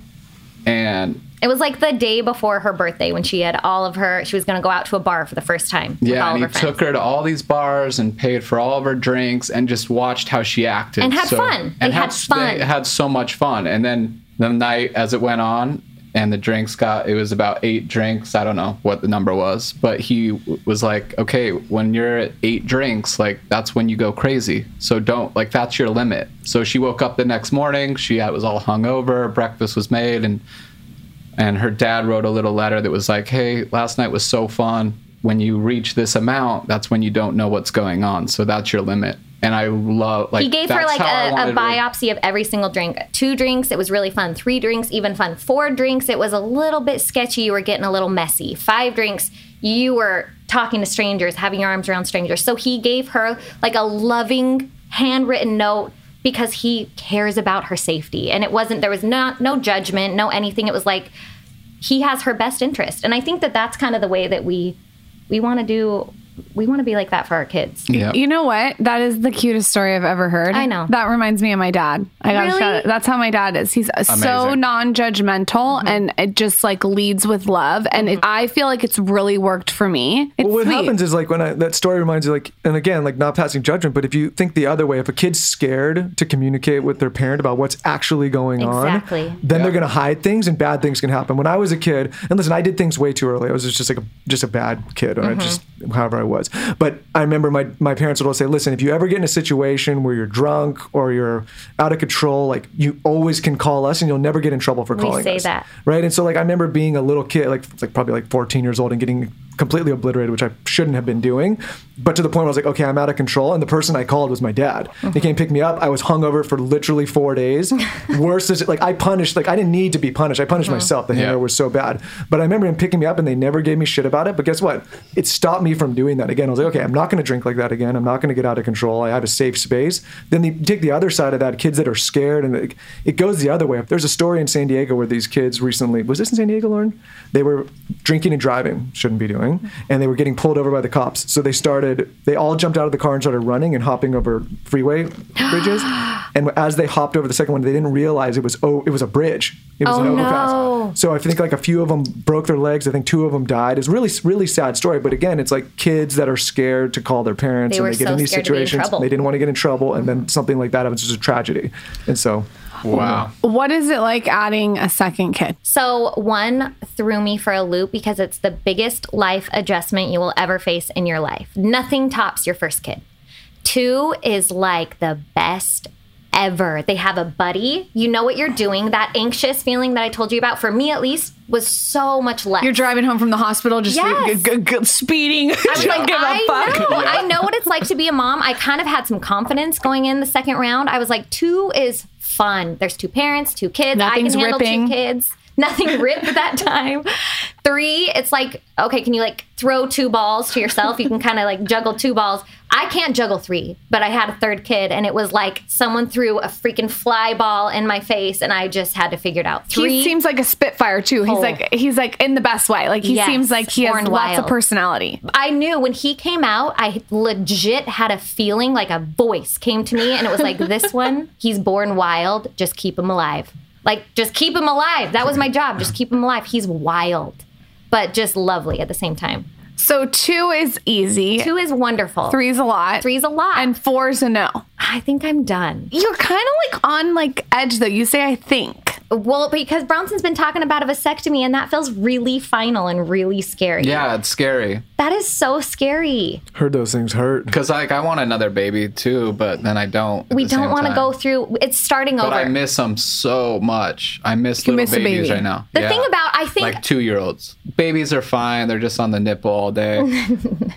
S8: And
S5: It was like the day before her birthday when she had all of her. She was going to go out to a bar for the first time. with
S8: yeah,
S5: all
S8: and he
S5: of her friends.
S8: took her to all these bars and paid for all of her drinks and just watched how she acted
S5: And had fun. They had
S8: s-
S5: fun.
S8: They had so much fun. And then the night as it went on, and the drinks got it was about eight drinks. I don't know what the number was, but he w- was like, "Okay, when you're at eight drinks, like that's when you go crazy. So don't like that's your limit." So she woke up the next morning. She uh, was all hungover. Breakfast was made, and and her dad wrote a little letter that was like, "Hey, last night was so fun. When you reach this amount, that's when you don't know what's going on. So that's your limit." And I love like
S5: he gave her
S8: that's
S5: like
S8: how I
S5: a, a
S8: wanted her-
S5: biopsy of every single drink. Two drinks, it was really fun. Three drinks, even fun. Four drinks, it was a little bit sketchy. You were getting a little messy. Five drinks, you were talking to strangers, having your arms around strangers. So he gave her like a loving handwritten note because he cares about her safety. And it wasn't there was not no judgment, no anything. It was like he has her best interest. And I think that that's kind of the way that we we want to do. We want to be like that for our kids.
S8: Yeah.
S7: You know what? That is the cutest story I've ever heard.
S5: I know.
S7: That reminds me of my dad. I got
S5: Really?
S7: to shout it. That's how my dad is. He's so
S8: Amazing.
S5: Mm-hmm.
S7: non-judgmental and it just like leads with love. And it, I feel like it's really worked for me. It's
S6: Well, what
S7: sweet.
S6: happens is like when I, that story reminds you, like, and again, like not passing judgment, but if you think the other way, if a kid's scared to communicate with their parent about what's actually going
S5: Exactly.
S6: on, then they're going to hide things and bad things can happen. When I was a kid, and listen, I did things way too early. I was just like a, just a bad kid, or
S5: Mm-hmm.
S6: just however I was. But I remember my my parents would always say, "Listen, if you ever get in a situation where you're drunk or you're out of control, like you always can call us, and you'll never get in trouble for calling
S5: say
S6: us."
S5: that.
S6: right? And so like I remember being a little kid, like like probably like 14 years old, and getting completely obliterated, which I shouldn't have been doing. But to the point where I was like, okay, I'm out of control. And the person I called was my dad. He came pick me up. I was hungover for literally four days. Worse is like I punished. Like I didn't need to be punished. I punished myself. The hangover was so bad. But I remember him picking me up, and they never gave me shit about it. But guess what? It stopped me from doing that again. I was like, okay, I'm not going to drink like that again. I'm not going to get out of control. I have a safe space. Then you take the other side of that, kids that are scared, and it, it goes the other way. There's a story in San Diego where these kids recently was this in San Diego, Lauren? They were drinking and driving, shouldn't be doing, and they were getting pulled over by the cops. So they started, they all jumped out of the car and started running and hopping over freeway bridges. and as they hopped over the second one, they didn't realize it was oh, it was a bridge. It was
S5: Oh,
S6: an overpass.
S5: no.
S6: So I think like a few of them broke their legs. I think two of them died. It's really really sad story. But again, it's like kids that are scared to call their parents
S5: They
S6: and
S5: were
S6: they get
S5: so
S6: in these
S5: scared to be in
S6: situations.
S5: trouble.
S6: they didn't want to get in trouble, and then something like that happens, it's just a tragedy. And so
S8: Wow.
S7: what is it like adding a second kid?
S5: So, one threw me for a loop because it's the biggest life adjustment you will ever face in your life. Nothing tops your first kid. Two is like the best ever. They have a buddy. You know what you're doing. That anxious feeling that I told you about, for me at least, was so much less.
S7: You're driving home from the hospital just
S5: Yes.
S7: g- g- g- speeding. I
S5: was like, I know. I know what it's like to be a mom. I kind of had some confidence going in the second round. I was like, two is fun. There's two parents, two kids.
S7: Nothing's
S5: I can handle
S7: ripping.
S5: two kids. Nothing ripped that time. Three, it's like, okay, can you like throw two balls to yourself? You can kind of like juggle two balls. I can't juggle three, but I had a third kid and it was like someone threw a freaking fly ball in my face and I just had to figure it out. Three
S7: He seems like a spitfire too. He's
S5: Oh.
S7: like he's like in the best way. Like he
S5: Yes,
S7: seems like he has
S5: born
S7: lots
S5: wild.
S7: of personality.
S5: I knew when he came out, I legit had a feeling like a voice came to me and it was like, this one, he's born wild, just keep him alive. Like, just keep him alive. That was my job. Just keep him alive. He's wild, but just lovely at the same time.
S7: So two is easy.
S5: Two is wonderful.
S7: Three's a lot.
S5: Three's a lot.
S7: And four's a no.
S5: I think I'm done.
S7: You're kind of like on like edge though. You say I think.
S5: Well, because Bronson's been talking about a vasectomy and that feels really final and really scary.
S8: Yeah, it's scary
S5: That is so scary.
S6: heard those things hurt.
S8: because like I want another baby too, but then I don't. at
S5: We
S8: the
S5: don't
S8: same
S5: want to
S8: time.
S5: go through it's starting
S8: But
S5: over.
S8: I miss them so much. I miss little
S7: miss a
S8: babies
S7: baby.
S8: right now.
S5: the
S8: Yeah.
S5: thing about I think
S8: like two year olds. Babies are fine. They're just on the nipple all day.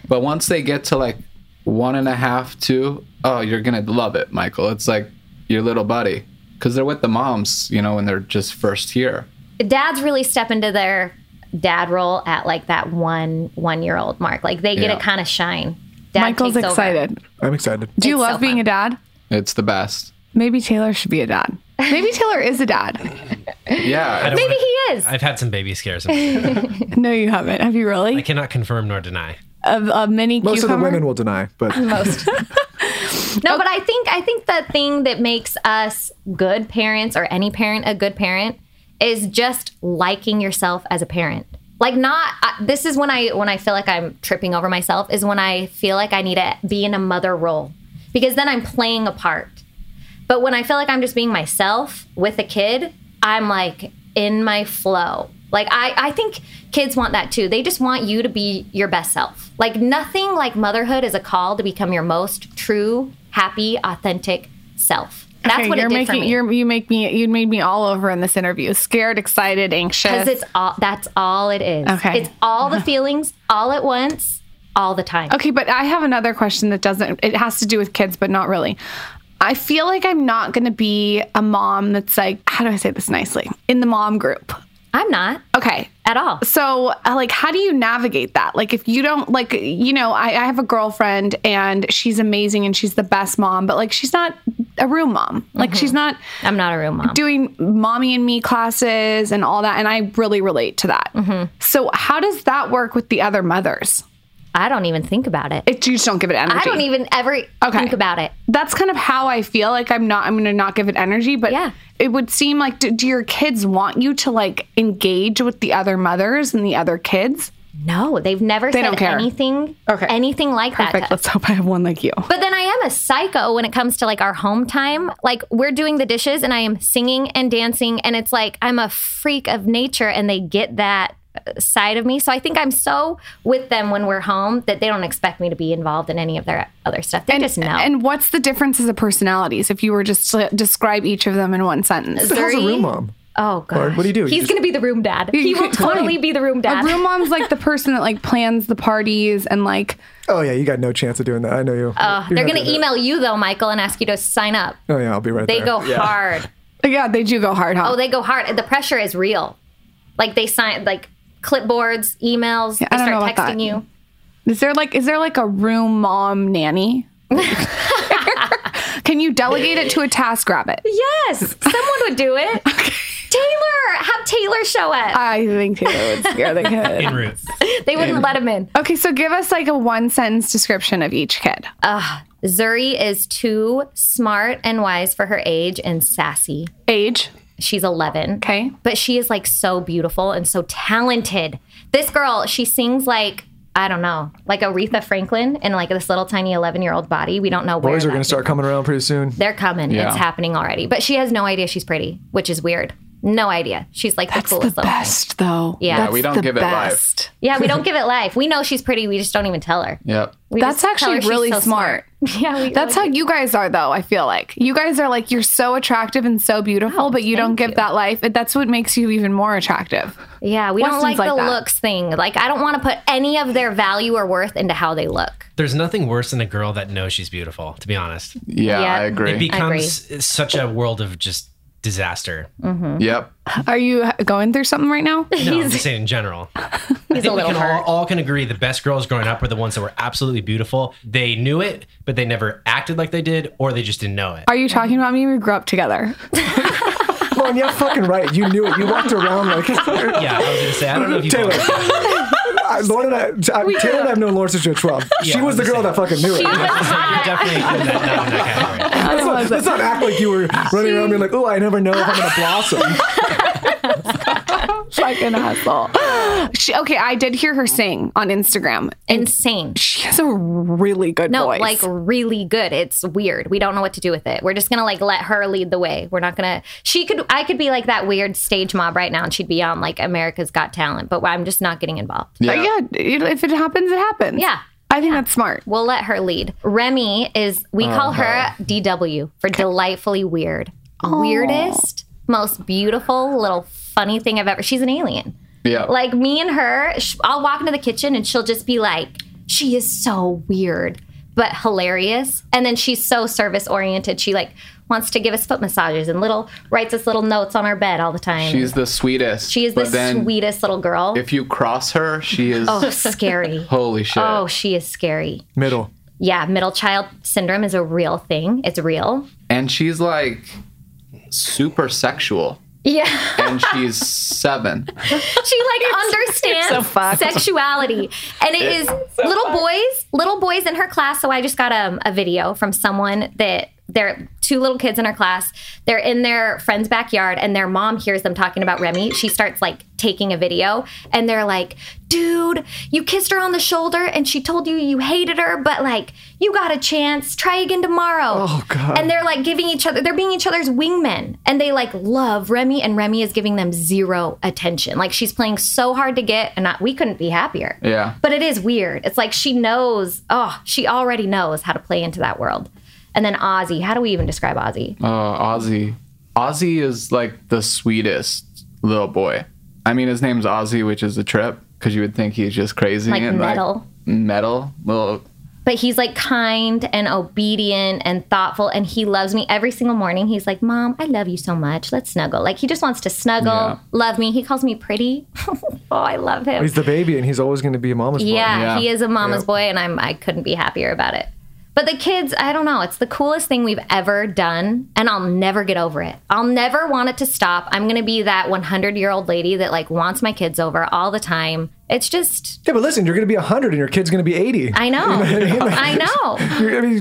S8: but once they get to like one and a half, two, oh, you're going to love it, Michael. It's like your little buddy because they're with the moms, you know, when they're just first here.
S5: dads really step into their dad role at like that one one year old mark. Like they get
S8: Yeah.
S5: to kind of shine. Dad
S7: Michael's
S5: takes over.
S7: excited.
S6: I'm excited.
S7: Do you
S5: It's
S7: love
S5: so
S7: being
S5: fun.
S7: a dad?
S8: It's the best.
S7: Maybe Taylor should be a dad. Maybe Taylor is a dad.
S10: I
S8: Yeah.
S10: don't
S5: Maybe
S10: wanna-
S5: he is.
S10: I've had some baby scares. I
S7: No, you haven't. Have you really?
S10: cannot confirm nor deny.
S7: Of a mini
S6: Most
S7: cucumber.
S6: of the women will deny, but
S5: most. no, but I think I think the thing that makes us good parents or any parent a good parent is just liking yourself as a parent. Like not I, this is when I when I feel like I'm tripping over myself is when I feel like I need to be in a mother role because then I'm playing a part. But when I feel like I'm just being myself with a kid, I'm like in my flow. Like I, I think kids want that too. They just want you to be your best self. Like nothing like motherhood is a call to become your most true, happy, authentic self. That's
S7: Okay,
S5: what
S7: you're
S5: it did
S7: making.
S5: for me.
S7: You're, you make me. You made me all over in this interview. Scared, excited, anxious.
S5: because it's all that's all it is.
S7: Okay.
S5: It's all the feelings all at once, all the time.
S7: Okay, but I have another question that doesn't, it has to do with kids, but not really. I feel like I'm not going to be a mom that's like, how do I say this nicely? In the mom group.
S5: I'm not
S7: Okay.
S5: at all.
S7: So, uh, like, how do you navigate that? Like, if you don't, like, you know, I, I have a girlfriend and she's amazing and she's the best mom, but like, she's not a real mom. Like, she's
S5: Mm-hmm.
S7: not
S5: I'm not a real mom.
S7: doing mommy and me classes and all that. And I really relate to that.
S5: Mm-hmm.
S7: So, how does that work with the other mothers?
S5: I don't even think about it.
S7: It, you just don't give it energy.
S5: I don't even ever think about it.
S7: that's kind of how I feel like I'm not I'm gonna not give it energy, but
S5: Yeah.
S7: it would seem like do, do your kids want you to like engage with the other mothers and the other kids?
S5: No, they've never said
S7: don't care.
S5: anything
S7: Okay.
S5: anything like that.
S7: Perfect.
S5: to us.
S7: Let's hope I have one like you.
S5: But then I am a psycho when it comes to like our home time. Like we're doing the dishes and I am singing and dancing and it's like I'm a freak of nature and they get that uh, side of me. So I think I'm so with them when we're home that they don't expect me to be involved in any of their other stuff. They just know.
S7: And what's the differences of personalities if you were just to describe each of them in one sentence?
S6: the hell's a room mom?
S5: oh god.
S6: What do you do? You
S5: He's
S6: just-
S5: going to be the room dad. He will totally be the room dad.
S7: A room mom's like the person that like plans the parties and like
S6: Oh yeah, you got no chance of doing that. I know you. Oh,
S5: Uh, They're going to email you though, Michael, and ask you to sign up.
S6: Oh yeah, I'll be right
S5: They
S6: there.
S5: go hard.
S7: yeah, they do go hard, huh?
S5: Oh, they go hard. The pressure is real. Like they sign like clipboards, emails.
S7: I
S5: they
S7: don't
S5: start
S7: know
S5: texting
S7: about that.
S5: you.
S7: Is there like is there like a room mom nanny? Can you delegate it to a task rabbit?
S5: Yes, someone would do it. Taylor, have Taylor show up.
S7: I think Taylor would scare the kid.
S10: In route.
S5: they wouldn't let him in.
S7: Okay, so give us like a one sentence description of each kid.
S5: Zuri is too smart and wise for her age and sassy.
S7: Age.
S5: She's 11.
S7: Okay.
S5: But she is like so beautiful and so talented. This girl, she sings like, I don't know, like Aretha Franklin in like this little tiny 11 year old body. We don't know where.
S6: Boys are
S5: that
S6: going to start coming around pretty soon.
S5: They're coming.
S8: Yeah.
S5: It's happening already. But she has no idea she's pretty, which is weird. No idea. She's like the coolest little.
S7: Best though.
S5: Yeah.
S8: Yeah, we don't give it life.
S7: best.
S5: Yeah, we don't give it life. We know she's pretty. We just don't even tell her.
S8: Yep.
S5: We
S7: That's
S5: just tell
S7: actually
S5: her she's
S7: really
S5: so
S7: smart.
S5: Yeah, we,
S7: That's how you guys are though, I feel like. You guys are like you're so attractive and so beautiful, but Oh, you don't give that life. That's what makes you even more attractive.
S5: yeah. We don't
S7: Weston's
S5: like, the
S7: like that.
S5: looks thing. Like I don't want to put any of their value or worth into how they look.
S10: There's nothing worse than a girl that knows she's beautiful, to be honest.
S8: Yeah,
S5: Yeah.
S8: I
S10: It
S8: agree. Mm-hmm.
S10: becomes such a world of just disaster.
S8: yep.
S7: Are you going through something right now?
S10: No, I'm just saying in general. I think we
S5: little
S10: can all,
S5: hurt.
S10: all can agree the best girls growing up were the ones that were absolutely beautiful. They knew it, but they never acted like they did, or they just didn't know it.
S7: Are you talking about me? We grew up together.
S6: Mom, you're fucking right. You knew it. You walked around like
S10: yeah, I was gonna say I don't know if you.
S6: Taylor. I, Lauren and I, I Taylor and I have known Lauren since you were 12. she
S10: I'm
S6: was the
S10: just
S6: girl
S10: saying.
S6: that fucking knew it.
S5: She was
S10: You're
S5: hot.
S10: definitely in that, not in that category.
S6: Let's not, let's not act like you were running around being like, oh, I never know if I'm going to blossom.
S7: Fucking hustle. She, okay, I did hear her sing on Instagram.
S5: insane.
S7: She has a really good
S5: No,
S7: voice.
S5: like really good. It's weird. We don't know what to do with it. We're just gonna like let her lead the way. We're not gonna. She could. I could be like that weird stage mob right now, and she'd be on like America's Got Talent. But I'm just not getting involved.
S7: Uh, yeah, it- if it happens, it happens.
S5: Yeah.
S7: I think that's smart.
S5: We'll let her lead. Remy is, we
S8: Oh,
S5: call her DW for delightfully weird. Weirdest, most beautiful little funny thing I've ever. She's an alien.
S8: Yeah.
S5: Like me and her, sh- I'll walk into the kitchen and she'll just be like, she is so weird, but hilarious. And then she's so service oriented. She like wants to give us foot massages and little writes us little notes on our bed all the time.
S8: She's the sweetest.
S5: she is the
S8: but then
S5: sweetest little girl.
S8: If you cross her, she is
S5: oh, scary.
S8: holy shit.
S5: Oh, she is scary.
S6: Middle.
S5: yeah, middle child syndrome is a real thing. It's real.
S8: And she's like super sexual
S5: Yeah.
S8: and she's seven.
S5: she like understands sexuality and it is little boys little boys in her class so i just got um, a video from someone that they're two little kids in her class they're in their friend's backyard and their mom hears them talking about remy she starts like taking a video and they're like dude you kissed her on the shoulder and she told you you hated her but like you got a chance try again tomorrow oh god and they're like giving each other they're being each other's wingmen and they like love remy and remy is giving them zero attention like she's playing so hard to get and not, we couldn't be happier
S8: Yeah.
S5: but it is weird it's like she knows oh she already knows how to play into that world and then ozzy how do we even describe ozzy
S8: Oh, Ozzy. Ozzy is like the sweetest little boy. I mean, his name's Ozzy, which is a trip because you would think he's just crazy
S5: Like
S8: and
S5: metal.
S8: like metal. Little
S5: but he's like kind and obedient and thoughtful and he loves me every single morning he's like mom i love you so much let's snuggle like he just wants to snuggle
S8: Yeah.
S5: love me he calls me pretty oh i love him
S6: He's the baby, and he's always going to be a mama's boy.
S5: yeah,
S8: Yeah.
S5: he is a mama's
S6: Yeah.
S5: boy and i'm i couldn't be happier about it but the kids i don't know it's the coolest thing we've ever done and i'll never get over it i'll never want it to stop i'm gonna be that 100 year old lady that like wants my kids over all the time it's just
S6: Yeah, but listen, you're going to be 100 and your kid's going to be 80.
S5: i know i know
S6: You're, I mean,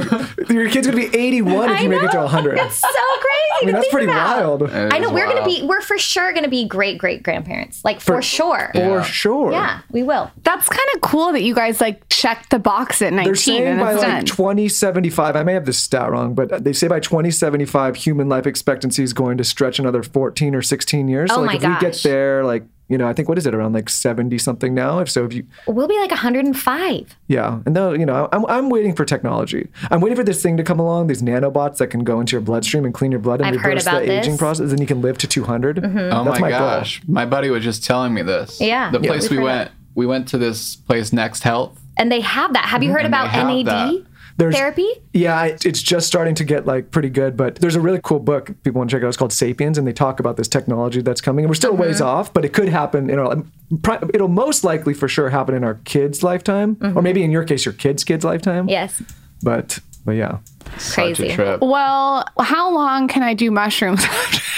S6: your kid's going to be 81 if
S5: I
S6: you make it to
S5: know.
S6: 100.
S5: It's so crazy.
S6: I mean,
S5: to
S6: that's
S5: think
S6: pretty
S5: about.
S6: wild.
S5: I know
S8: is
S5: we're gonna
S8: wild.
S5: be we're for sure gonna be great great grandparents. Like for,
S6: For-
S5: sure.
S6: For
S8: Oh
S6: sure.
S5: Yeah, we will.
S7: That's kind of cool that you guys like check the box at 19
S6: They're saying
S7: and
S6: by
S7: it's
S6: like
S7: done.
S6: 2075, I may have this stat wrong, but they say by 2075, human life expectancy is going to stretch another 14 or 16 years. so,
S5: Oh
S6: like,
S5: my
S6: if we get
S5: gosh.
S6: there, like, you know, I think what is it around like 70 something now? If so, if you,
S5: We'll be like 105.
S6: yeah. And though, you know, I'm, I'm waiting for technology. I'm waiting for this thing to come along, these nanobots that can go into your bloodstream and clean your blood and
S5: I've heard
S6: reverse
S5: about
S6: the
S5: this. Mm-hmm.
S6: aging process. Then you can live to 200.
S8: Oh
S6: That's
S8: my,
S6: my goal.
S8: gosh. My buddy was just telling me this.
S5: Yeah.
S8: The
S5: Yeah.
S8: place
S5: We've
S8: we
S5: heard
S8: went, we went to this place, Next Health.
S5: And they have that. Have you heard
S8: Mm-hmm. And they
S5: about
S8: have
S5: NAD
S8: that.
S6: There's-
S5: therapy?
S6: Yeah, I- it's just starting to get like pretty good, but there's a really cool book people want to check out. It's called Sapiens, and they talk about this technology that's coming. And we're still a ways off, but it could happen. In our, pri- it'll most likely for sure happen in our kids' lifetime, or maybe in your case, your kids' kids' lifetime.
S5: Yes.
S6: But but yeah,
S8: Such
S5: Crazy.
S8: a trip.
S7: Well, how long can I do mushrooms?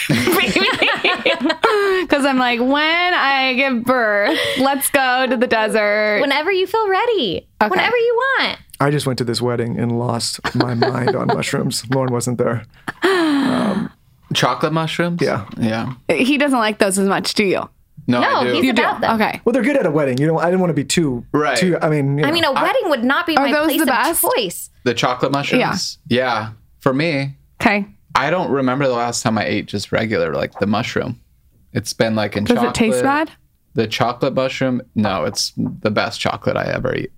S7: Because I'm like, when I give birth, let's go to the desert.
S5: Whenever you feel ready. Whenever you want.
S6: I just went to this wedding and lost my mind on mushrooms. Lauren wasn't there.
S8: Chocolate mushrooms?
S6: Yeah.
S8: Yeah.
S7: he doesn't like those as much, do you?
S5: No,
S8: No, Oh, I do.
S5: he's about them.
S7: Okay.
S6: Well, they're good at a wedding. You know, I didn't want to be too
S8: Right.
S6: Too, I mean, you
S5: I
S6: know.
S5: mean, a wedding would not be my
S7: those
S5: place
S7: the
S5: of
S7: best?
S5: choice.
S8: the chocolate mushrooms? Yeah. Yeah. For me,
S7: Okay.
S8: I don't remember the last time I ate just regular, like the mushroom. It's been like in
S7: Does
S8: chocolate.
S7: it taste bad?
S8: The chocolate mushroom, no, it's the best chocolate I ever eat.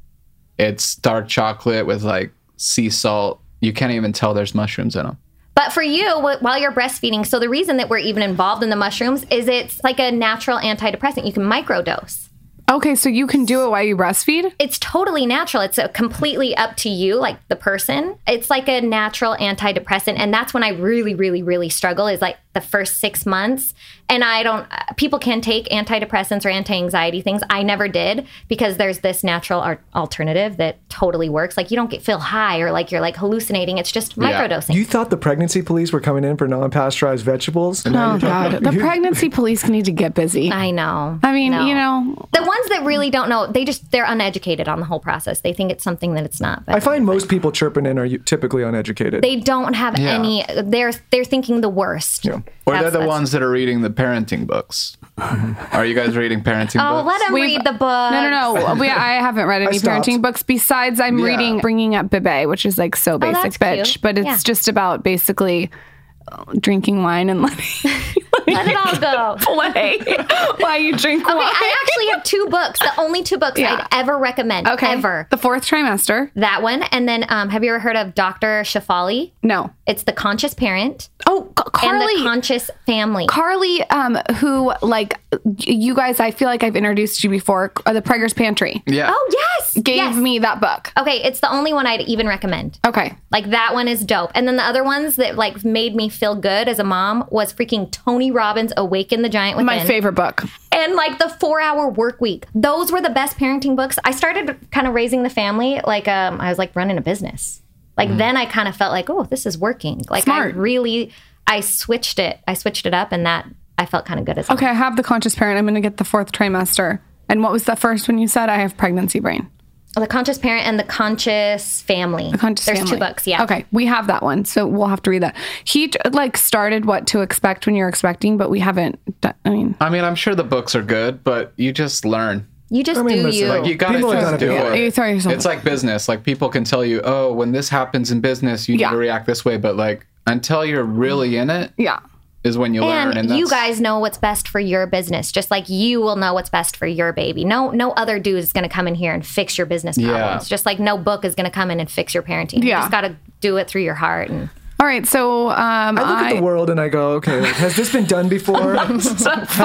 S8: It's dark chocolate with like sea salt. You can't even tell there's mushrooms in them.
S5: But for you, wh- while you're breastfeeding, so the reason that we're even involved in the mushrooms is it's like a natural antidepressant. You can microdose.
S7: Okay, so you can do it while you breastfeed?
S5: it's totally natural. It's a completely up to you, like the person. It's like a natural antidepressant, and that's when I really, really, really struggle. Is like the first six months, and I don't. uh, People can take antidepressants or anti-anxiety things. I never did because there's this natural ar- alternative that totally works. Like you don't get feel high or like you're like hallucinating. It's just microdosing.
S6: you thought the pregnancy police were coming in for non-pasteurized vegetables?
S7: Oh, God. The pregnancy police need to get busy.
S5: I know.
S7: I mean,
S5: No.
S7: you know,
S5: the ones that really don't know, they just they're uneducated on the whole process. They think it's something that it's not. But
S6: I find most people chirping in are typically uneducated.
S5: they don't have
S8: Yeah.
S5: any they're they're thinking the worst
S6: Yeah.
S8: Or
S5: That's-
S8: they're the
S5: that's-
S8: ones that are reading the parenting books. Are you guys reading parenting
S5: oh
S8: books?
S5: let them
S7: We've-
S5: read the book
S7: no, no, no. We, I haven't read any
S6: stopped.
S7: parenting books besides I'm
S8: Yeah.
S7: reading Bringing Up Bebe, which is like so basic,
S5: Oh, that's
S7: bitch.
S5: cute.
S7: But it's
S5: Yeah.
S7: just about basically uh, drinking wine and letting
S5: let it all go
S7: play while you drink wine.
S5: okay i actually have two books the only two books
S7: Yeah.
S5: i'd ever recommend
S7: Okay.
S5: ever
S7: The fourth trimester.
S5: that one and then um, have you ever heard of dr shafali
S7: No.
S5: it's the conscious parent
S7: Oh, Ca-
S5: and the
S7: Carly.
S5: conscious family
S7: Carly, um, who like y- you guys, I feel like I've introduced you before. uh, The Prager's Pantry
S8: yeah.
S5: oh yes
S7: gave
S5: yes.
S7: me that book.
S5: okay it's the only one i'd even recommend
S7: Okay,
S5: like that one is dope and then the other ones that like made me feel good as a mom was freaking tony robbins awaken the giant within
S7: my favorite book.
S5: and like the four hour work week those were the best parenting books i started kind of raising the family like um, i was like running a business like then i kind of felt like oh this is working like
S7: Mm-hmm. Smart.
S5: i really I switched it. I switched it up, and that I felt kind of good as well.
S7: Okay, I have the conscious parent. I'm going to get the fourth trimester. And what was the first one you said? I have pregnancy brain.
S5: The conscious parent and the conscious family. The
S7: Conscious
S5: There's two
S7: Family.
S5: books. Yeah.
S7: Okay, we have that one, so we'll have to read that. He like started what to expect when you're expecting, but we haven't. Done, I mean,
S8: I mean, I'm sure the books are good, but you just learn.
S5: You just
S6: mean,
S5: do
S6: listen,
S5: you.
S7: Oh,
S6: like,
S8: You gotta
S6: People are
S8: just
S6: gonna
S8: do
S6: do
S7: it. You
S8: it.
S7: throw yourself-
S8: It's like business. Like people can tell you, oh, when this happens in business, you
S7: Yeah.
S8: need to react this way. But like until you're really in it,
S7: yeah,
S8: is when you learn.
S5: and
S8: And
S5: you
S8: that's-
S5: guys know what's best for your business, just like you will know what's best for your baby. No, no other dude is going to come in here and fix your business
S8: Yeah.
S5: problems. Just like no book is going to come in and fix your parenting. You
S7: Yeah.
S5: just got to do it through your heart. And
S7: All right, so um,
S6: I look at the world and I go, okay, has this been done before? has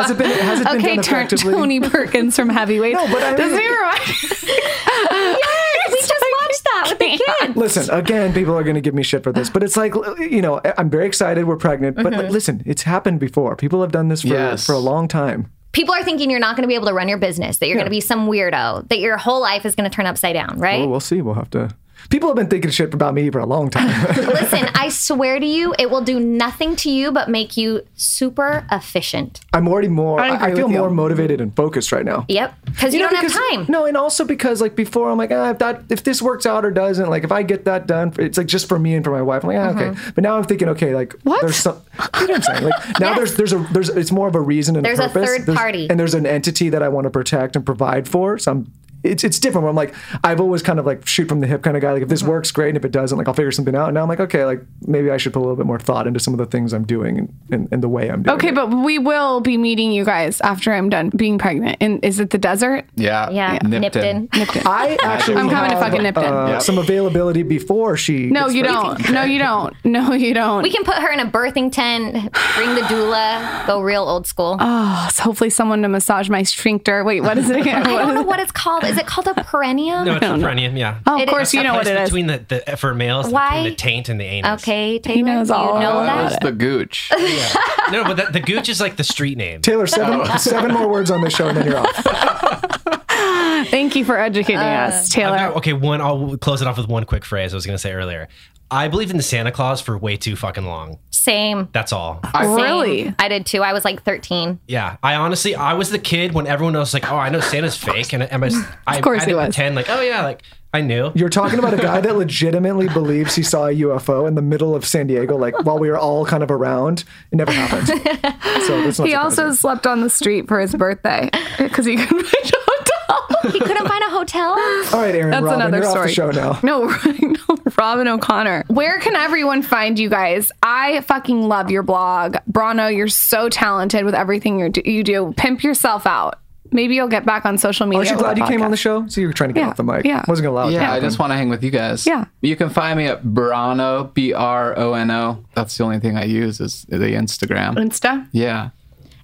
S6: it been? Has it been
S7: okay,
S6: done
S7: turn
S6: effectively?
S7: Tony Perkins from Heavyweight.
S6: No, but I
S7: doesn't
S6: mean-
S7: he remind? yes,
S5: we just watched that with the kids.
S6: Listen, again, people are going to give me shit for this, but it's like, you know, I'm very excited we're pregnant, but
S7: Mm-hmm.
S6: like, listen, it's happened before. People have done this for,
S8: Yes.
S6: for a long time.
S5: People are thinking you're not going to be able to run your business, that you're going to be some weirdo, that your whole life is going to turn upside down, right?
S6: Well, we'll see. We'll have to. People have been thinking shit about me for a long time.
S5: Listen, I swear to you, it will do nothing to you but make you super efficient.
S6: I'm already more,
S7: I agree
S6: I, I feel
S7: with you.
S6: more motivated and focused right now.
S5: Yep. Because you,
S6: know,
S5: don't have
S6: because-
S5: time.
S6: No, and also because like before, I'm like, ah, if that if this works out or doesn't, like if I get that done, it's like just for me and for my wife. I'm like, ah,
S5: Mm-hmm.
S6: okay. But now I'm thinking, okay, like
S7: What?
S6: There's some, you know what I'm saying? Like now there's there's a there's it's more of a reason and
S5: There's a
S6: a purpose.
S5: third party.
S6: and there's an entity that I want to protect and provide for. So I'm. It's, it's different. Where I'm like, I've always kind of like shoot from the hip kind of guy. Like, if this
S5: Mm-hmm.
S6: works, great. And if it doesn't, like, I'll figure something out. And now I'm like, okay, like maybe I should put a little bit more thought into some of the things I'm doing and, and, and the way I'm doing.
S7: Okay,
S6: it.
S7: but we will be meeting you guys after I'm done being pregnant. And is it the desert?
S8: yeah,
S5: Yeah. Nipped in.
S6: I actually
S7: I'm coming to
S6: have,
S7: fucking Nipton.
S6: uh,
S8: Yeah.
S6: some availability before she.
S7: No,
S6: gets
S7: you
S6: pregnant.
S7: don't. No, you don't. No, you don't.
S5: We can put her in a birthing tent, bring the doula, go real old school.
S7: Oh. Hopefully, someone to massage my sphincter. Wait, what is it again?
S5: I don't know what it's called. Is it called a perennium?
S10: No, it's a frenium, yeah.
S7: Oh, of
S5: It
S7: course,
S5: is-
S7: you know what it is.
S10: Between the, the for males,
S5: Why?
S10: between the taint and the anus.
S5: Okay, Taylor,
S7: knows
S5: do you
S7: all
S5: know
S7: about
S5: that?
S8: It's the gooch.
S10: No, but that, the gooch is like the street name.
S6: Taylor, seven, seven more words on this show and then you're off.
S7: Thank you for educating
S5: Uh,
S7: us, Taylor.
S10: I've got- okay, one. I'll close it off with one quick phrase I was going to say earlier. I believe in the Santa Claus for way too fucking long.
S5: Same.
S10: That's all.
S5: Same.
S7: Really?
S5: I did too. I was like 13.
S10: Yeah, I honestly, I was the kid when everyone else was like, oh, I know Santa's fake, and I, and I, I,
S7: course
S10: I
S7: he
S10: didn't
S7: was.
S10: pretend like, oh yeah, like I knew.
S6: You're talking about a guy that legitimately believes he saw a UFO in the middle of San Diego, like while we were all kind of around. It never happened. So that's not
S7: He also
S6: surprising.
S7: slept on the street for his birthday because he couldn't find a hotel.
S5: He couldn't find a hotel.
S6: All right, Aaron,
S7: That's
S6: Robin,
S7: another
S6: you're off
S7: story.
S6: the show now.
S7: No, no, Robin O'Connor. Where can everyone find you guys? I fucking love your blog. Brano, you're so talented with everything you do. You do. Pimp yourself out. Maybe you'll get back on social media.
S6: Aren't you
S7: with
S6: glad
S7: a
S6: you came on
S7: podcast.
S6: the show? So you were trying to get
S7: Yeah,
S6: off the mic.
S7: yeah.
S6: Wasn't going to allow it. to
S8: Yeah, I
S6: happen.
S8: just want to hang with you guys.
S7: Yeah.
S8: You can find me at Brano, B R O N O. That's the only thing I use is the Instagram.
S7: Insta.
S8: Yeah.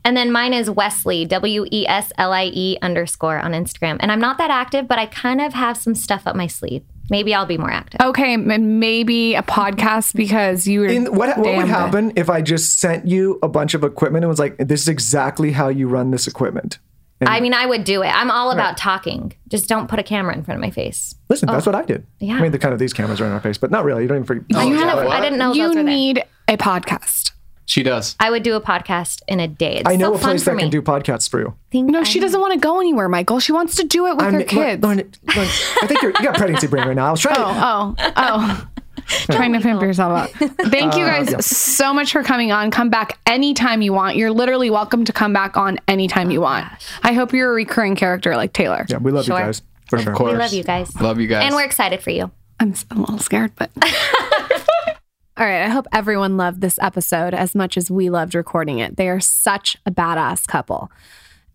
S5: And then mine is Wesley, W E S L I E underscore on Instagram. And I'm not that active, but I kind of have some stuff up my sleeve. Maybe I'll be more active.
S7: Okay, and maybe a podcast because you were.
S6: In, what, what would
S7: damn it.
S6: happen if I just sent you a bunch of equipment and was like, this is exactly how you run this equipment?
S5: I mean, I would do it. I'm all about talking. Just don't put a camera in front of my face.
S6: Listen,
S7: Oh.
S6: that's what I did.
S5: Yeah.
S6: I mean, the kind of these cameras are in our face, but not really. You don't even freak.
S5: I,
S8: yeah,
S5: kind of, I
S8: what?
S5: didn't know those
S7: You
S5: were there.
S7: need a podcast.
S8: She does.
S5: I would do a podcast in a day. It's
S6: I know
S5: so
S6: a
S5: fun
S6: place
S5: for
S6: that
S5: me.
S6: can do podcasts for you.
S7: No, she doesn't want to go anywhere, Michael. She wants to do it with her kids.
S6: Lauren, Lauren, Lauren, I think you're, you got pregnancy brain right now. I was trying to.
S7: Oh, oh, oh. Trying to pimp yourself up. Thank
S6: Uh,
S7: you guys so much for coming on. Come back anytime you want. You're literally welcome to come back on anytime you want. I hope you're a recurring character like Taylor.
S6: Yeah, we love
S5: Sure.
S6: you guys. For sure.
S8: Of course.
S5: We love you guys.
S8: Love you guys.
S5: And we're excited for you.
S7: I'm s- I'm a little scared, but. All right, I hope everyone loved this episode as much as we loved recording it. They are such a badass couple.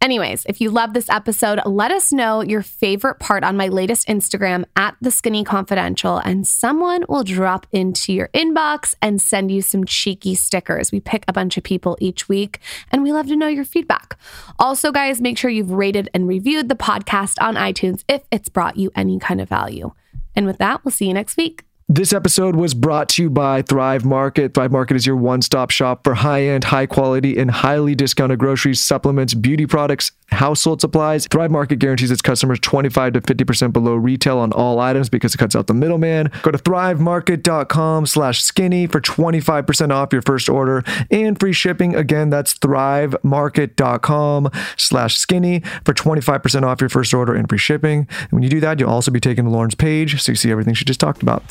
S7: Anyways, if you love this episode, let us know your favorite part on my latest Instagram at The Skinny Confidential, and someone will drop into your inbox and send you some cheeky stickers. We pick a bunch of people each week, and we love to know your feedback. Also, guys, make sure you've rated and reviewed the podcast on iTunes if it's brought you any kind of value. And with that, we'll see you next week.
S6: This episode was brought to you by Thrive Market. Thrive Market is your one stop shop for high end, high quality, and highly discounted groceries, supplements, beauty products, household supplies. Thrive Market guarantees its customers 25 to 50% below retail on all items because it cuts out the middleman. Go to thrivemarket.com slash skinny for 25% off your first order and free shipping. Again, that's thrivemarket.com slash skinny for 25% off your first order and free shipping. And when you do that, you'll also be taking Lauren's page so you see everything she just talked about.